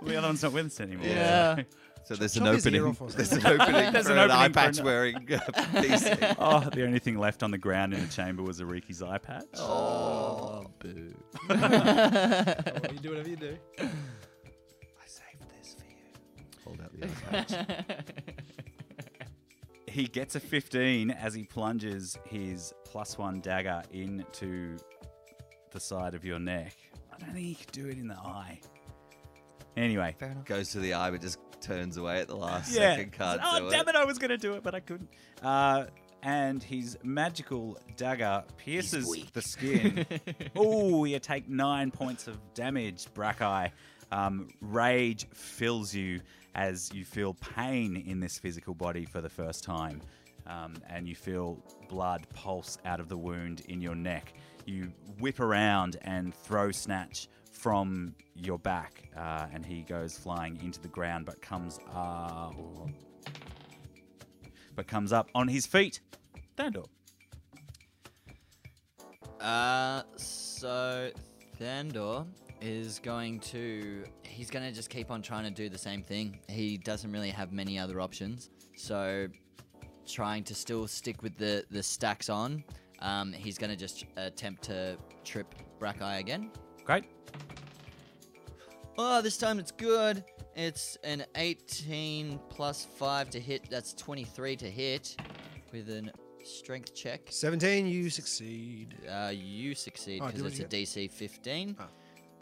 Speaker 5: The other one's not with us anymore.
Speaker 1: Yeah. So there's an
Speaker 3: Chop his
Speaker 1: opening.
Speaker 3: ear off or
Speaker 1: There's an opening
Speaker 5: There's
Speaker 1: for
Speaker 5: an
Speaker 1: an eye
Speaker 5: opening for
Speaker 1: patch
Speaker 5: an-
Speaker 1: wearing uh, PC.
Speaker 5: oh, the only thing left on the ground in the chamber was Ariki's eye patch.
Speaker 4: Oh, boo.
Speaker 3: you do whatever you do.
Speaker 1: I saved this for you. Hold out the eye patch.
Speaker 5: He gets a 15 as he plunges his plus one dagger into the side of your neck. I don't think he could do it in the eye. Anyway.
Speaker 1: Goes to the eye, but just turns away at the last second. Can't
Speaker 5: Oh,
Speaker 1: do
Speaker 5: damn it. I was going to do it, but I couldn't. Uh, and his magical dagger pierces the skin. oh, you take nine points of damage, Brackeye. Um, rage fills you as you feel pain in this physical body for the first time. Um, and you feel blood pulse out of the wound in your neck. You whip around and throw Snatch from your back, uh, and he goes flying into the ground, but comes uh, but comes up on his feet. Thandor.
Speaker 4: Uh, so Thandor is going to. He's going to just keep on trying to do the same thing. He doesn't really have many other options. So, trying to still stick with the, the stacks on, um, he's going to just attempt to trip Brackeye again.
Speaker 5: Great.
Speaker 4: Oh, this time it's good. It's an 18 plus 5 to hit. That's 23 to hit with an strength check.
Speaker 3: Seventeen. You succeed.
Speaker 4: Uh, you succeed
Speaker 3: Oh,
Speaker 4: because
Speaker 3: did
Speaker 4: it's
Speaker 3: you
Speaker 4: a DC 15.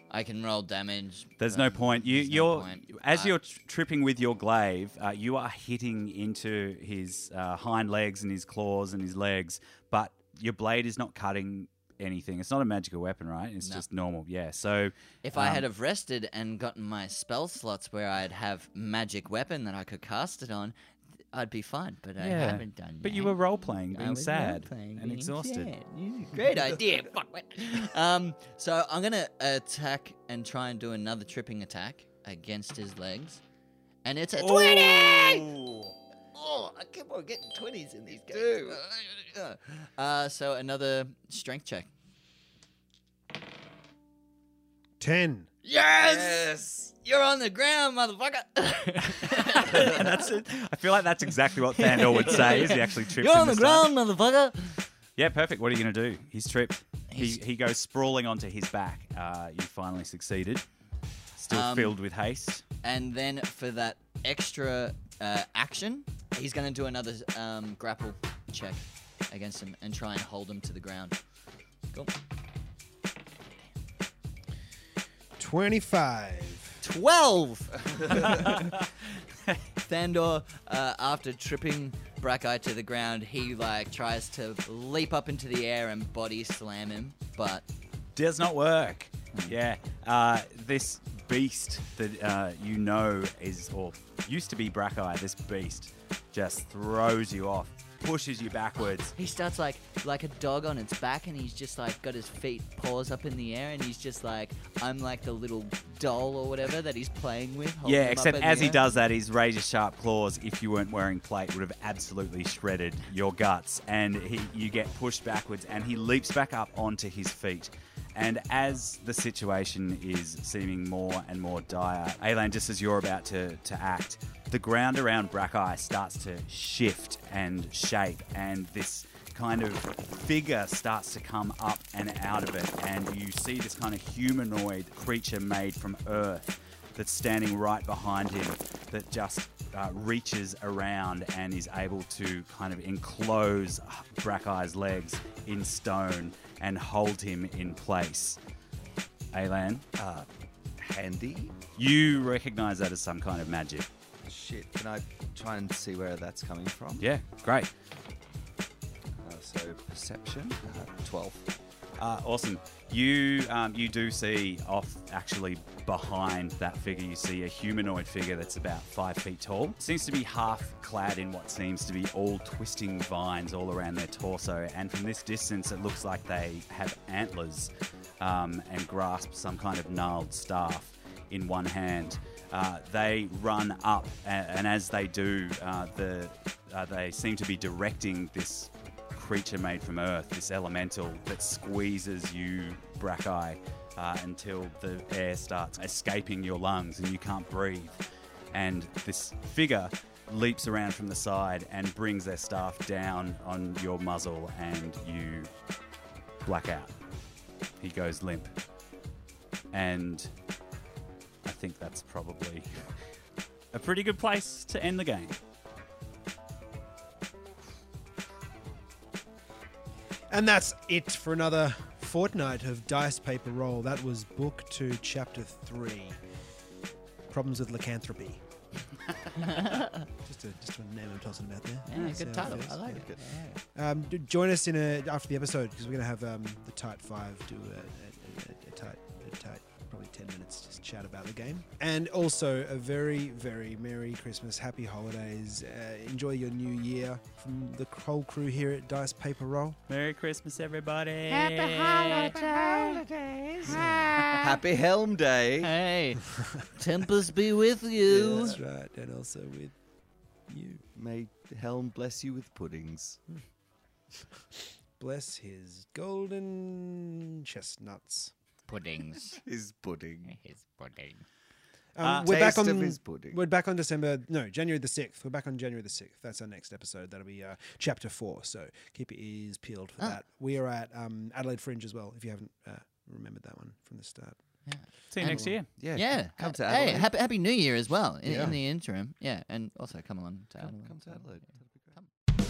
Speaker 4: I can roll damage.
Speaker 5: There's
Speaker 4: but
Speaker 5: no point. You,
Speaker 4: there's no
Speaker 5: you're
Speaker 4: point.
Speaker 5: as
Speaker 4: Uh,
Speaker 5: you're tr- tripping with your glaive, uh, you are hitting into his uh, hind legs and his claws and his legs, but your blade is not cutting anything. It's not a magical weapon, right? It's just normal. Yeah. So
Speaker 4: If I had
Speaker 5: um,
Speaker 4: have rested and gotten my spell slots where I'd have magic weapon that I could cast it on, th- I'd be fine. But I haven't done.
Speaker 5: But you
Speaker 4: that.
Speaker 5: were role playing,
Speaker 4: I
Speaker 5: being
Speaker 4: was
Speaker 5: sad
Speaker 4: role-playing,
Speaker 5: and
Speaker 4: being
Speaker 5: exhausted.
Speaker 4: sad. Yeah, Great idea. Fuck. what- Um. So I'm gonna attack and try and do another tripping attack against his legs, and it's a twenty. Oh, I keep on getting twenties in these games. Uh, so another strength check.
Speaker 3: 10.
Speaker 4: Yes! You're on the ground, motherfucker.
Speaker 5: And that's it. I feel like that's exactly what Thandor would say. Is he actually tripped?
Speaker 4: You're
Speaker 5: in
Speaker 4: on the
Speaker 5: start.
Speaker 4: ground, motherfucker.
Speaker 5: Yeah, perfect. What are you going to do? He's tripped. He,
Speaker 4: He's-
Speaker 5: he goes sprawling onto his back. Uh, you finally succeeded. Still
Speaker 4: Um,
Speaker 5: filled with haste.
Speaker 4: And then for that extra uh, action, he's going to do another um, grapple check against him and try and hold him to the ground. Cool.
Speaker 3: 25.
Speaker 4: 12! Thandor, uh, after tripping Brackeye to the ground, he like tries to leap up into the air and body slam him, but
Speaker 5: Does not work.
Speaker 4: Hmm.
Speaker 5: Yeah. Uh, this beast that uh, you know is, or used to be Brackeye, this beast just throws you off, pushes you backwards.
Speaker 4: He starts like like a dog on its back, and he's just like got his feet paws up in the air, and he's just like I'm like the little doll or whatever that he's playing with. holding
Speaker 5: Yeah,
Speaker 4: him up
Speaker 5: except
Speaker 4: in the
Speaker 5: as he
Speaker 4: air.
Speaker 5: does that, his razor sharp claws, if you weren't wearing plate, would have absolutely shredded your guts. And he, you get pushed backwards, and he leaps back up onto his feet. And as the situation is seeming more and more dire, Alan, just as you're about to, to act, the ground around Brackeye starts to shift and shape, and this kind of figure starts to come up and out of it. And you see this kind of humanoid creature made from earth that's standing right behind him that just uh, reaches around and is able to kind of enclose Brackeye's legs in stone and hold him in place. Alan,
Speaker 1: Uh, handy?
Speaker 5: you recognize that as some kind of magic.
Speaker 1: Shit, can I try and see where that's coming from?
Speaker 5: Yeah, great.
Speaker 1: Uh, so perception, uh, twelve.
Speaker 5: Uh, awesome. You um, you do see off actually behind that figure. You see a humanoid figure that's about five feet tall. Seems to be half clad in what seems to be all twisting vines all around their torso, and from this distance, it looks like they have antlers um, and grasp some kind of gnarled staff in one hand. Uh, they run up, a- and as they do, uh, the uh, they seem to be directing this creature made from earth, this elemental that squeezes you, Brackeye, uh, until the air starts escaping your lungs and you can't breathe. And this figure leaps around from the side and brings their staff down on your muzzle, and you black out. He goes limp. And I think that's probably a pretty good place to end the game.
Speaker 3: And that's it for another fortnight of Dice Paper Roll. That was Book 2, Chapter 3 Problems with Lycanthropy. just, a, just a name I'm tossing about there. See
Speaker 4: Yeah,
Speaker 3: how
Speaker 4: good
Speaker 3: it
Speaker 4: title.
Speaker 3: feels.
Speaker 4: I like it.
Speaker 3: Um, d- join us in a, after the episode because we're going to have um, the tight five do a, a, a, a tight, a tight, probably ten minutes just chat about the game, and also a very, very merry Christmas, happy holidays, uh, enjoy your new year from the whole crew here at Dice Paper Roll.
Speaker 5: Merry Christmas, everybody.
Speaker 1: Happy Helm Day.
Speaker 4: Hey, tempers be with you.
Speaker 3: That's right, and also with you.
Speaker 1: May Helm bless you with puddings.
Speaker 3: Bless his golden chestnuts.
Speaker 4: Puddings.
Speaker 1: His pudding.
Speaker 4: His pudding.
Speaker 3: Um,
Speaker 5: Uh,
Speaker 3: we're back
Speaker 1: Ah, Taste
Speaker 3: on.
Speaker 1: of his pudding.
Speaker 3: We're back on December. No, January the sixth. We're back on January the sixth. That's our next episode. That'll be uh, chapter four. So keep your ears peeled
Speaker 1: Ah.
Speaker 3: for that. We are at um, Adelaide Fringe as well. If you haven't uh, remembered that one from the start.
Speaker 5: See you next year.
Speaker 1: Yeah.
Speaker 4: Yeah.
Speaker 1: Come to
Speaker 4: hey,
Speaker 1: Adelaide.
Speaker 4: happy, happy New Year as well in,
Speaker 3: Yeah.
Speaker 4: in the interim. Yeah, and also come along to
Speaker 1: Come,
Speaker 4: Adelaide.
Speaker 1: come to Adelaide.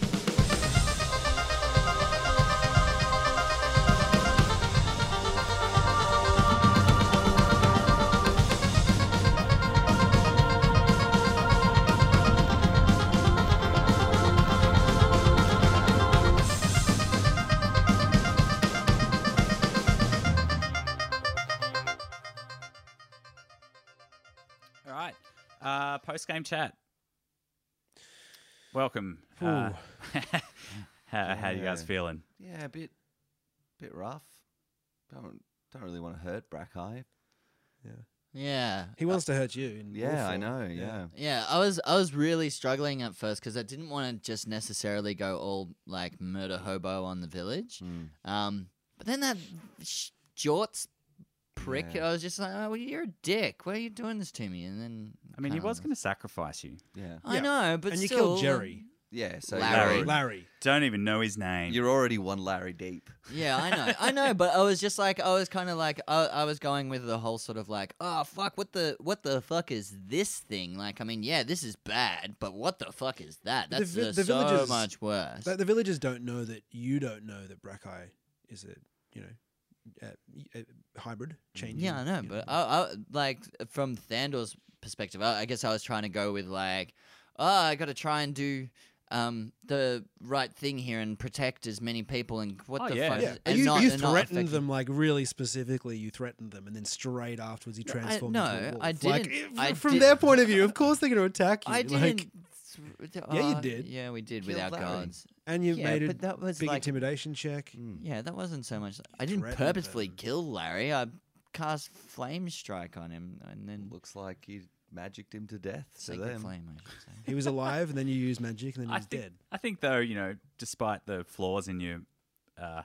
Speaker 5: post game Uh, chat. Welcome. Uh, how, how you guys
Speaker 1: Yeah.
Speaker 5: feeling?
Speaker 1: Yeah, a bit, bit rough. Don't don't really want to hurt Brackeye.
Speaker 4: Yeah. uh,
Speaker 3: He wants to hurt you. In all
Speaker 1: Yeah, I
Speaker 3: form.
Speaker 1: know. Yeah,
Speaker 4: Yeah, I was I was really struggling at first because I didn't want to just necessarily go all like murder hobo on the village.
Speaker 1: Mm.
Speaker 4: Um, but then that sh- jorts prick,
Speaker 1: Yeah.
Speaker 4: I was just like, oh, well, you're a dick. Why are you doing this to me? And then
Speaker 5: I mean, he
Speaker 4: kinda-
Speaker 5: was going to sacrifice you.
Speaker 1: yeah,
Speaker 4: I
Speaker 3: Yeah.
Speaker 4: know, but
Speaker 3: and you
Speaker 4: still,
Speaker 3: killed Jerry.
Speaker 1: yeah. So
Speaker 4: Oh. Larry.
Speaker 1: You're,
Speaker 3: Larry.
Speaker 5: Don't even know his name.
Speaker 1: you're already one Larry deep.
Speaker 4: Yeah, I know, I know, but I was just like, I was kind of like, I, I was going with the whole sort of like, oh fuck, what the what the fuck is this thing? Like, I mean, yeah, this is bad, but what the fuck is that?
Speaker 3: The
Speaker 4: That's
Speaker 3: vi-
Speaker 4: uh,
Speaker 3: the
Speaker 4: so
Speaker 3: villagers-
Speaker 4: much worse.
Speaker 3: Like, the villagers don't know that you don't know that Brackeye is a you know uh, y- a hybrid changing.
Speaker 4: Yeah, I know,
Speaker 3: you
Speaker 4: but I, I like from Thandor's perspective, I, I guess I was trying to go with like, oh, I got to try and do um the right thing here and protect as many people and what
Speaker 5: Oh,
Speaker 4: the
Speaker 5: yeah.
Speaker 4: fuck,
Speaker 3: yeah,
Speaker 4: is,
Speaker 3: but
Speaker 4: and
Speaker 3: you,
Speaker 4: not,
Speaker 3: you
Speaker 4: and not
Speaker 3: threatened
Speaker 4: affect-
Speaker 3: them like really specifically. You threatened them, and then straight afterwards you
Speaker 4: No, I-
Speaker 3: transformed.
Speaker 4: no,
Speaker 3: into a wolf.
Speaker 4: I
Speaker 3: Like,
Speaker 4: didn't-
Speaker 3: i-
Speaker 4: I
Speaker 3: from
Speaker 4: did-
Speaker 3: their point of view, of course they're going to attack you.
Speaker 4: I
Speaker 3: like-
Speaker 4: didn't. th-
Speaker 3: Yeah, you
Speaker 4: uh,
Speaker 3: did.
Speaker 4: Yeah, we did with
Speaker 1: Killed
Speaker 4: our
Speaker 1: Larry.
Speaker 4: guards.
Speaker 3: and you
Speaker 4: yeah,
Speaker 3: made a
Speaker 4: but that was
Speaker 3: big
Speaker 4: like, Mm.
Speaker 3: intimidation check.
Speaker 1: Mm.
Speaker 4: yeah, that wasn't so much. I didn't
Speaker 3: threatened
Speaker 4: purposefully
Speaker 3: them.
Speaker 4: kill Larry. I cast flame strike on him and then
Speaker 1: Looks like you magicked him to death. So
Speaker 4: sacred
Speaker 1: then,
Speaker 4: flame. I should say.
Speaker 3: He was alive, and then you used magic, and then he
Speaker 5: I
Speaker 3: was
Speaker 5: think,
Speaker 3: dead.
Speaker 5: I think, though, you know, despite the flaws in your uh,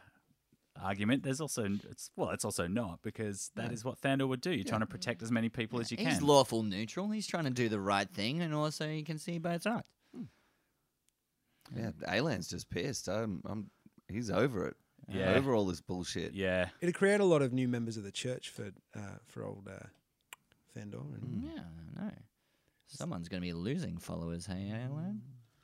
Speaker 5: argument, there's also it's well, it's also not because that is what Thandor would do. You're trying to protect as many people as you
Speaker 4: He's
Speaker 5: can.
Speaker 4: lawful neutral. He's trying to do the right thing, and also you can see both sides.
Speaker 1: yeah, Alan's just pissed. I'm, I'm, he's over it.
Speaker 5: Yeah.
Speaker 1: over all this bullshit.
Speaker 5: yeah,
Speaker 3: It'd create a lot of new members of the church for uh, for old uh, Thandor.
Speaker 1: Hmm.
Speaker 3: And
Speaker 4: Yeah, I know. Someone's going to be losing followers, hey, Alan?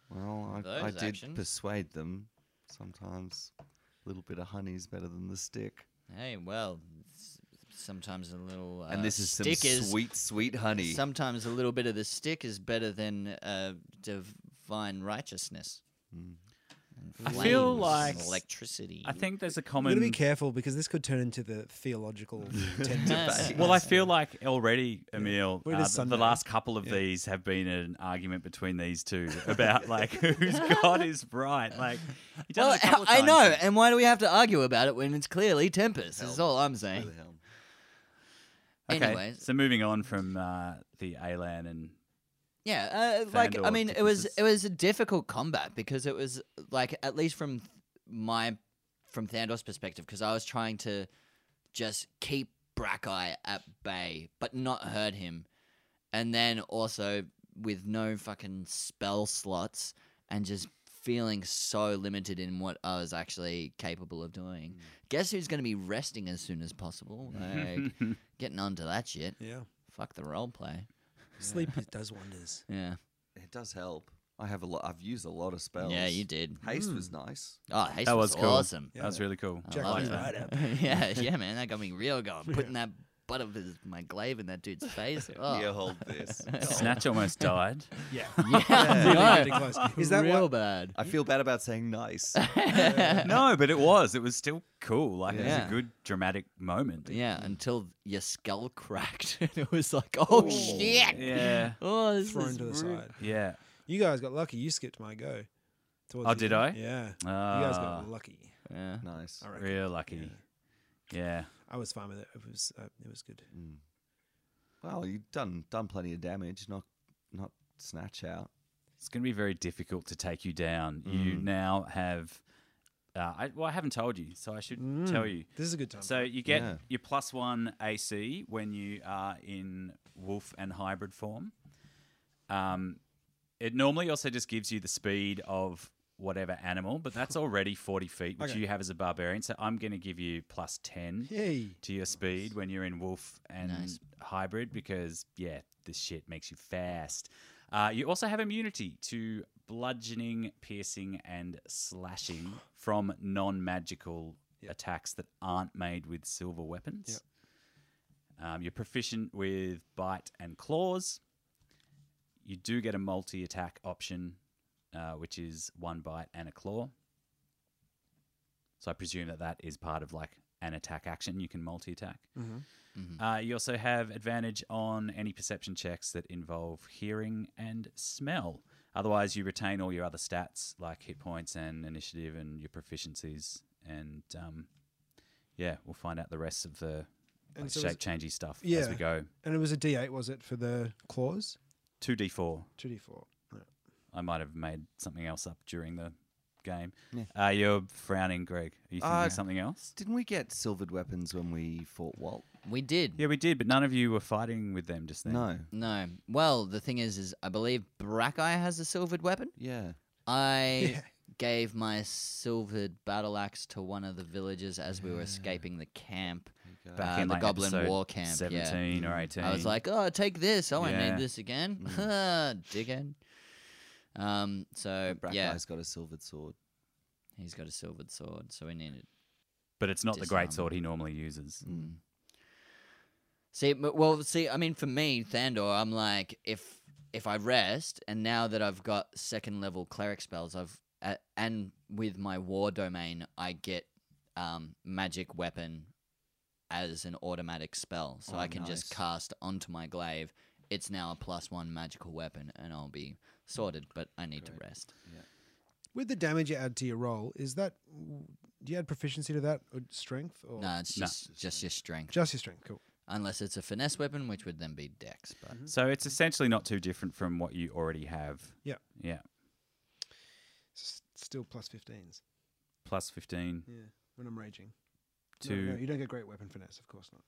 Speaker 1: Well,
Speaker 4: Those
Speaker 1: I, I did
Speaker 4: actions.
Speaker 1: persuade them. Sometimes a little bit of honey's better than the stick.
Speaker 4: Hey, well, s- sometimes a little. Uh,
Speaker 1: Hmm. and this is some
Speaker 4: stick is,
Speaker 1: sweet, sweet honey.
Speaker 4: Sometimes a little bit of the stick is better than uh, divine righteousness.
Speaker 1: Hmm.
Speaker 4: And
Speaker 5: I feel
Speaker 4: flames,
Speaker 5: like-
Speaker 4: electricity.
Speaker 5: I think there's a
Speaker 3: I'm gonna
Speaker 5: common.
Speaker 3: be careful because this could turn into the theological tent debate.
Speaker 5: Well, I feel like already, Emil,
Speaker 3: Well, it
Speaker 5: uh,
Speaker 3: is
Speaker 5: the-
Speaker 3: Sunday.
Speaker 5: the last couple of these have been an argument between these two about like whose God is right. Like, he does it
Speaker 4: Well,
Speaker 5: a couple of
Speaker 4: I
Speaker 5: times.
Speaker 4: know, and why do we have to argue about it when it's clearly Tempest? Is all I'm saying.
Speaker 5: Okay,
Speaker 4: Anyways,
Speaker 5: so moving on from uh, the Alan and
Speaker 4: Yeah, uh, like I
Speaker 5: Vandal
Speaker 4: mean, it was it
Speaker 5: differences.
Speaker 4: was a difficult combat because it was like at least from th- my from Thandor's perspective because I was trying to just keep Brackeye at bay but not hurt him, and then also with no fucking spell slots and just feeling so limited in what I was actually capable of doing. Guess who's going to be resting as soon as possible? Like getting onto that shit.
Speaker 3: yeah,
Speaker 4: Fuck the role play.
Speaker 3: sleep is- does wonders.
Speaker 4: Yeah.
Speaker 1: It does help. I have a lot. I've used a lot of spells.
Speaker 4: Yeah, you did.
Speaker 1: Haste was nice.
Speaker 4: Oh, Haste
Speaker 5: That
Speaker 4: was,
Speaker 5: was cool.
Speaker 4: awesome.
Speaker 5: that was really cool.
Speaker 4: I
Speaker 3: Jack
Speaker 4: loved
Speaker 3: Lee's
Speaker 4: it.
Speaker 3: right up.
Speaker 4: yeah, yeah, man, that got me real going. Putting that butt of his, my glaive in that dude's face. Oh.
Speaker 1: You hold this.
Speaker 5: Snatch almost died.
Speaker 3: Yeah,
Speaker 4: Yeah,
Speaker 3: Really
Speaker 4: no,
Speaker 3: close. Is that
Speaker 4: real
Speaker 3: what?
Speaker 4: bad?
Speaker 1: I feel bad about saying nice.
Speaker 5: no, but it was. It was still cool. Like it was
Speaker 4: Yeah.
Speaker 5: a good dramatic moment.
Speaker 4: Yeah, until your skull cracked, and it was like, oh shit!
Speaker 5: Yeah.
Speaker 4: Oh, this
Speaker 3: Thrown
Speaker 4: is
Speaker 3: to the
Speaker 4: rude.
Speaker 3: side.
Speaker 5: Yeah.
Speaker 3: You guys got lucky. You skipped my go. towards
Speaker 5: Oh,
Speaker 3: the
Speaker 5: did
Speaker 3: end.
Speaker 5: I?
Speaker 3: Yeah. you guys
Speaker 5: Ah,
Speaker 3: got lucky.
Speaker 4: Yeah.
Speaker 1: nice.
Speaker 3: I reckon.
Speaker 5: real lucky. Yeah.
Speaker 3: I was fine with it. It was uh, it was good.
Speaker 5: Mm.
Speaker 1: Well, you've done done plenty of damage. Not not snatch out.
Speaker 5: It's going to be very difficult to take you down. You
Speaker 3: Mm.
Speaker 5: now have. Uh, I, well, I haven't told you, so I should
Speaker 3: Mm.
Speaker 5: tell you.
Speaker 3: This is a good time.
Speaker 5: So you get
Speaker 1: Yeah.
Speaker 5: your plus one AC when you are in wolf and hybrid form. Um, it normally also just gives you the speed of whatever animal, but that's already forty feet, which
Speaker 3: Okay.
Speaker 5: you have as a barbarian. So I'm going to give you plus ten
Speaker 3: Yay.
Speaker 5: to your speed when you're in wolf and
Speaker 4: Nice.
Speaker 5: hybrid because yeah, this shit makes you fast. Uh, you also have immunity to bludgeoning, piercing, and slashing from non-magical attacks that aren't made with silver weapons. Um, you're proficient with bite and claws. You do get a multi-attack option, uh, which is one bite and a claw. So I presume that that is part of like an attack action. You can multi attack.
Speaker 3: Mm-hmm.
Speaker 5: Uh, you also have advantage on any perception checks that involve hearing and smell. Otherwise, you retain all your other stats like hit points and initiative and your proficiencies. And um, yeah, we'll find out the rest of the
Speaker 3: And
Speaker 5: like,
Speaker 3: so
Speaker 5: shape
Speaker 3: is-
Speaker 5: changey stuff as
Speaker 3: Yeah.
Speaker 5: we go.
Speaker 3: And it was a D8, was it, for the claws?
Speaker 5: 2d4.
Speaker 3: 2D4. Right.
Speaker 5: I might have made something else up during the game. Uh, you're frowning, Greg. Are you thinking
Speaker 1: Uh,
Speaker 5: of something else?
Speaker 1: Didn't we get silvered weapons when we fought Walt?
Speaker 4: We did.
Speaker 5: Yeah, we did, but none of you were fighting with them just then.
Speaker 1: No.
Speaker 4: No. Well, the thing is, is I believe Brackeye has a silvered weapon.
Speaker 1: Yeah.
Speaker 4: I gave my silvered battle axe to one of the villagers as
Speaker 3: Ah.
Speaker 4: we were escaping the camp,
Speaker 5: Back
Speaker 4: uh,
Speaker 5: in
Speaker 4: the
Speaker 5: like
Speaker 4: Goblin
Speaker 5: episode
Speaker 4: War camp. yeah. Mm.
Speaker 5: 17 or 18.
Speaker 4: I was like, oh, take this. Oh, I
Speaker 5: Yeah.
Speaker 4: need this again.
Speaker 1: Mm.
Speaker 4: Dickhead. Um, so,
Speaker 1: Brackey's
Speaker 4: yeah,
Speaker 1: got a silvered sword.
Speaker 4: he's got a silvered sword, so we need it.
Speaker 5: but it's not the great
Speaker 4: disarm.
Speaker 5: sword he normally uses.
Speaker 4: Mm. See, but- well, see, I mean, for me, Thandor, I'm like, if if I rest, and now that I've got second level cleric spells, I've uh, and with my war domain, I get um, magic weapon as an automatic spell, so
Speaker 1: Oh,
Speaker 4: I can just
Speaker 1: nice.
Speaker 4: cast onto my glaive. It's now a plus one magical weapon, and I'll be sorted. But I need to rest.
Speaker 3: With the damage you add to your roll, is that. Do you add proficiency to that or strength? Or?
Speaker 4: No, it's
Speaker 5: No.
Speaker 4: just just your strength,
Speaker 3: Just your strength. Cool.
Speaker 4: unless it's a finesse weapon, which would then be dex. But
Speaker 3: Mm.
Speaker 5: So it's essentially not too different from what you already have.
Speaker 3: Yeah.
Speaker 5: Yeah.
Speaker 3: S- still plus 15s.
Speaker 5: Plus 15
Speaker 3: Yeah. When I'm raging.
Speaker 5: to.
Speaker 3: No, no, you don't get great weapon finesse, of course not.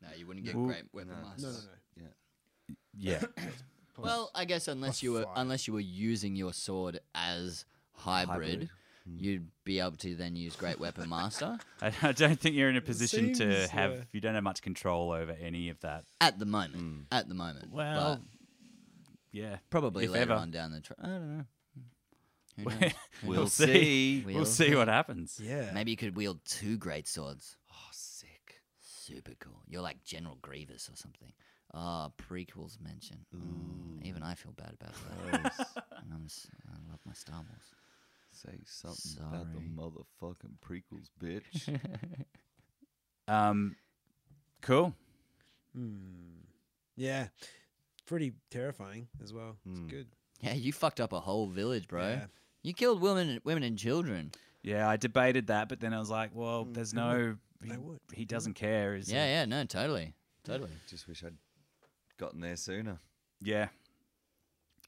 Speaker 4: no, you wouldn't get
Speaker 5: Well,
Speaker 4: great weapon.
Speaker 1: no.
Speaker 4: last.
Speaker 3: No, no, no.
Speaker 5: Yeah.
Speaker 3: Pause.
Speaker 4: Well, I guess unless you were
Speaker 3: five.
Speaker 4: unless you were using your sword as hybrid,
Speaker 1: Hybrid.
Speaker 5: Hmm.
Speaker 4: you'd be able to then use Great Weapon Master.
Speaker 5: I, I don't think you're in a position to
Speaker 3: seems,
Speaker 5: have.
Speaker 3: yeah.
Speaker 5: You don't have much control over any of that.
Speaker 4: At the moment, at the moment.
Speaker 5: Hmm. Well,
Speaker 4: but
Speaker 5: Yeah.
Speaker 4: probably
Speaker 5: if
Speaker 4: later
Speaker 5: ever.
Speaker 4: on down the track. I don't know. Who knows? Who
Speaker 1: We'll
Speaker 4: knows?
Speaker 1: see.
Speaker 5: We'll,
Speaker 4: We'll
Speaker 5: see what happens.
Speaker 3: Yeah.
Speaker 4: Maybe you could wield two great swords.
Speaker 1: Oh, sick.
Speaker 4: Super cool. You're like General Grievous or something. Ah, prequels mention. Oh, even I feel bad about that. And I'm s- I love my Star Wars.
Speaker 1: Say something about the
Speaker 4: Sorry.
Speaker 1: motherfucking prequels, bitch.
Speaker 5: Um, cool.
Speaker 3: Hmm. Yeah. Pretty terrifying as well. It's
Speaker 5: Hmm.
Speaker 3: good.
Speaker 4: Yeah, you fucked up a whole village, bro.
Speaker 3: Yeah.
Speaker 4: You killed women, women and children.
Speaker 5: Yeah, I debated that, but then I was like, well, there's no. He,
Speaker 3: Mm, would.
Speaker 5: he doesn't care. Is
Speaker 4: Yeah, yeah, no, totally, totally.
Speaker 1: Just wish I'd gotten there sooner.
Speaker 5: Yeah.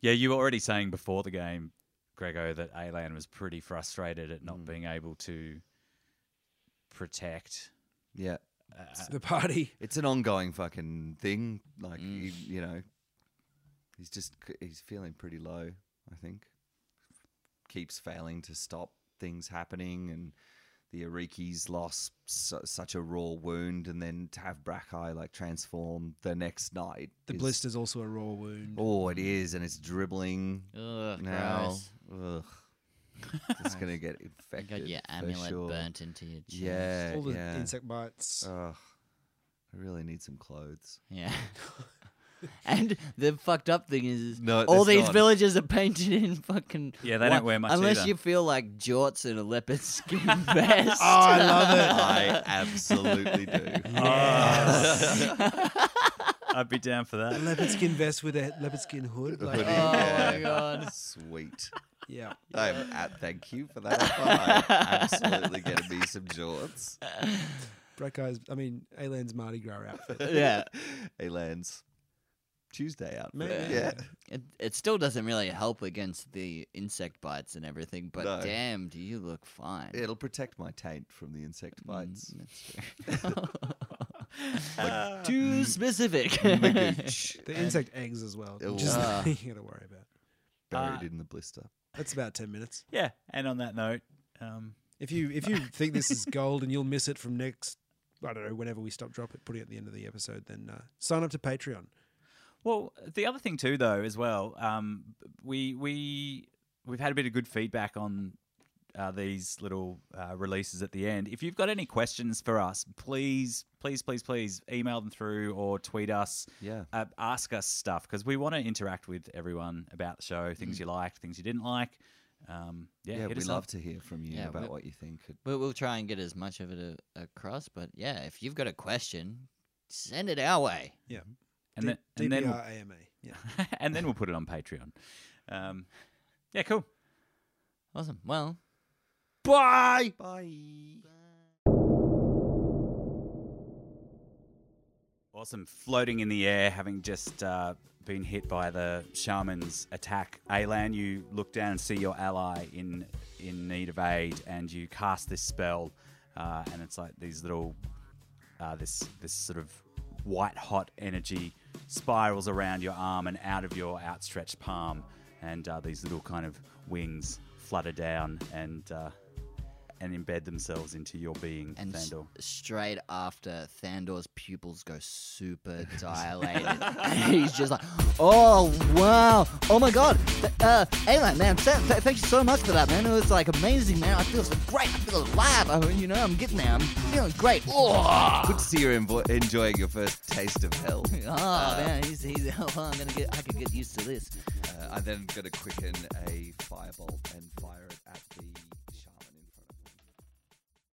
Speaker 5: Yeah, you were already saying before the game, Grego, that Alan was pretty frustrated at not
Speaker 3: Mm.
Speaker 5: being able to protect.
Speaker 1: Yeah.
Speaker 3: It's the party.
Speaker 1: It's an ongoing fucking thing. Like,
Speaker 4: Mm.
Speaker 1: he, you know, he's just, c- he's feeling pretty low, I think. Keeps failing to stop things happening and the Ariki's lost su- such a raw wound and then to have Brackeye like transform the next night.
Speaker 3: The
Speaker 1: is-
Speaker 3: blister's also a raw wound.
Speaker 1: Oh, it is. And it's dribbling.
Speaker 4: Ugh,
Speaker 1: now.
Speaker 4: Oh, gross.
Speaker 1: Ugh. It's gonna get
Speaker 4: You
Speaker 1: infected.
Speaker 4: got your
Speaker 1: for
Speaker 4: amulet
Speaker 1: sure.
Speaker 4: burnt into your chest.
Speaker 1: Yeah,
Speaker 3: All the
Speaker 1: yeah. Oh.
Speaker 3: insect bites.
Speaker 1: Ugh. I really need some clothes.
Speaker 4: Yeah. and the fucked up thing is,
Speaker 1: No,
Speaker 4: all
Speaker 1: that's
Speaker 4: these
Speaker 1: not.
Speaker 4: villages are painted in fucking.
Speaker 5: Yeah, they don't wear much
Speaker 4: Unless
Speaker 5: either.
Speaker 4: you feel like jorts and a leopard skin vest.
Speaker 3: oh, I love it.
Speaker 1: I absolutely do.
Speaker 5: Oh. I'd be down for that.
Speaker 3: leopard skin vest with a leopard skin hood. Like,
Speaker 1: Hoodie,
Speaker 3: oh,
Speaker 1: yeah.
Speaker 4: my God.
Speaker 1: Sweet.
Speaker 3: yeah.
Speaker 1: I'm at thank you for that. offer. I'm absolutely gonna be some jorts.
Speaker 3: Brackeyes, I mean, Alan's Mardi Gras outfit.
Speaker 4: yeah.
Speaker 1: A lens. Tuesday outfit.
Speaker 3: Maybe.
Speaker 1: Yeah.
Speaker 4: It, it still doesn't really help against the insect bites and everything, but
Speaker 1: No.
Speaker 4: damn, do you look fine.
Speaker 1: It'll protect my taint from the
Speaker 4: Mm,
Speaker 1: insect bites.
Speaker 4: Too specific.
Speaker 1: Magooch.
Speaker 3: The insect eggs as well.
Speaker 1: Oh.
Speaker 3: Which is
Speaker 4: Ah.
Speaker 3: you got to worry about.
Speaker 1: Buried in the blister.
Speaker 3: That's about 10 minutes.
Speaker 5: Yeah, and on that note, um,
Speaker 3: If you if you think this is gold and you'll miss it from next, I don't know, whenever we stop drop it, putting it at the end of the episode, then uh, sign up to Patreon.
Speaker 5: Well, the other thing too, though, as well, um, we we we've had a bit of good feedback on uh, these little uh, releases at the end. If you've got any questions for us, please, please, please, please email them through or tweet us.
Speaker 1: Yeah.
Speaker 5: uh, ask us stuff because we want to interact with everyone about the show, things you liked, things you didn't like. Um, yeah,
Speaker 1: Mm. Yeah,
Speaker 5: hit
Speaker 1: we
Speaker 5: us
Speaker 1: love
Speaker 5: up.
Speaker 1: to hear from you
Speaker 4: Yeah,
Speaker 1: about
Speaker 4: we-
Speaker 1: what you think. Could,
Speaker 4: But we'll try and get as much of it a- across. But yeah, if you've got a question, send it our way.
Speaker 5: and then,
Speaker 3: D-
Speaker 5: and then
Speaker 3: DBR AMA. Yeah.
Speaker 5: we'll, and then we'll put it on Patreon. Um, yeah, cool.
Speaker 4: Awesome. Well,
Speaker 1: bye. Bye.
Speaker 5: Awesome. Floating in the air, having just uh, been hit by the shaman's attack. Alan, you look down and see your ally in in need of aid, and you cast this spell, uh, and it's like these little uh, this this sort of white hot energy spirals around your arm and out of your outstretched palm, and uh, these little kind of wings flutter down and uh, and embed themselves into your being,
Speaker 4: and s-
Speaker 5: Thandor.
Speaker 4: straight after Thandor's pupils go super dilated, and he's just like, "Oh wow, oh my god, Th- uh, Alan, man, th- th- thank you so much for that, man. It was like amazing, man. I feel so great. I feel alive. I, you know, I'm getting there. I'm feeling great. Oh,
Speaker 1: Good to see you envo- enjoying your first taste of hell. Uh,
Speaker 4: oh man, he's, he's, oh, I'm gonna get. I can get used to this.
Speaker 1: Uh, I'm then going to quicken a firebolt and fire it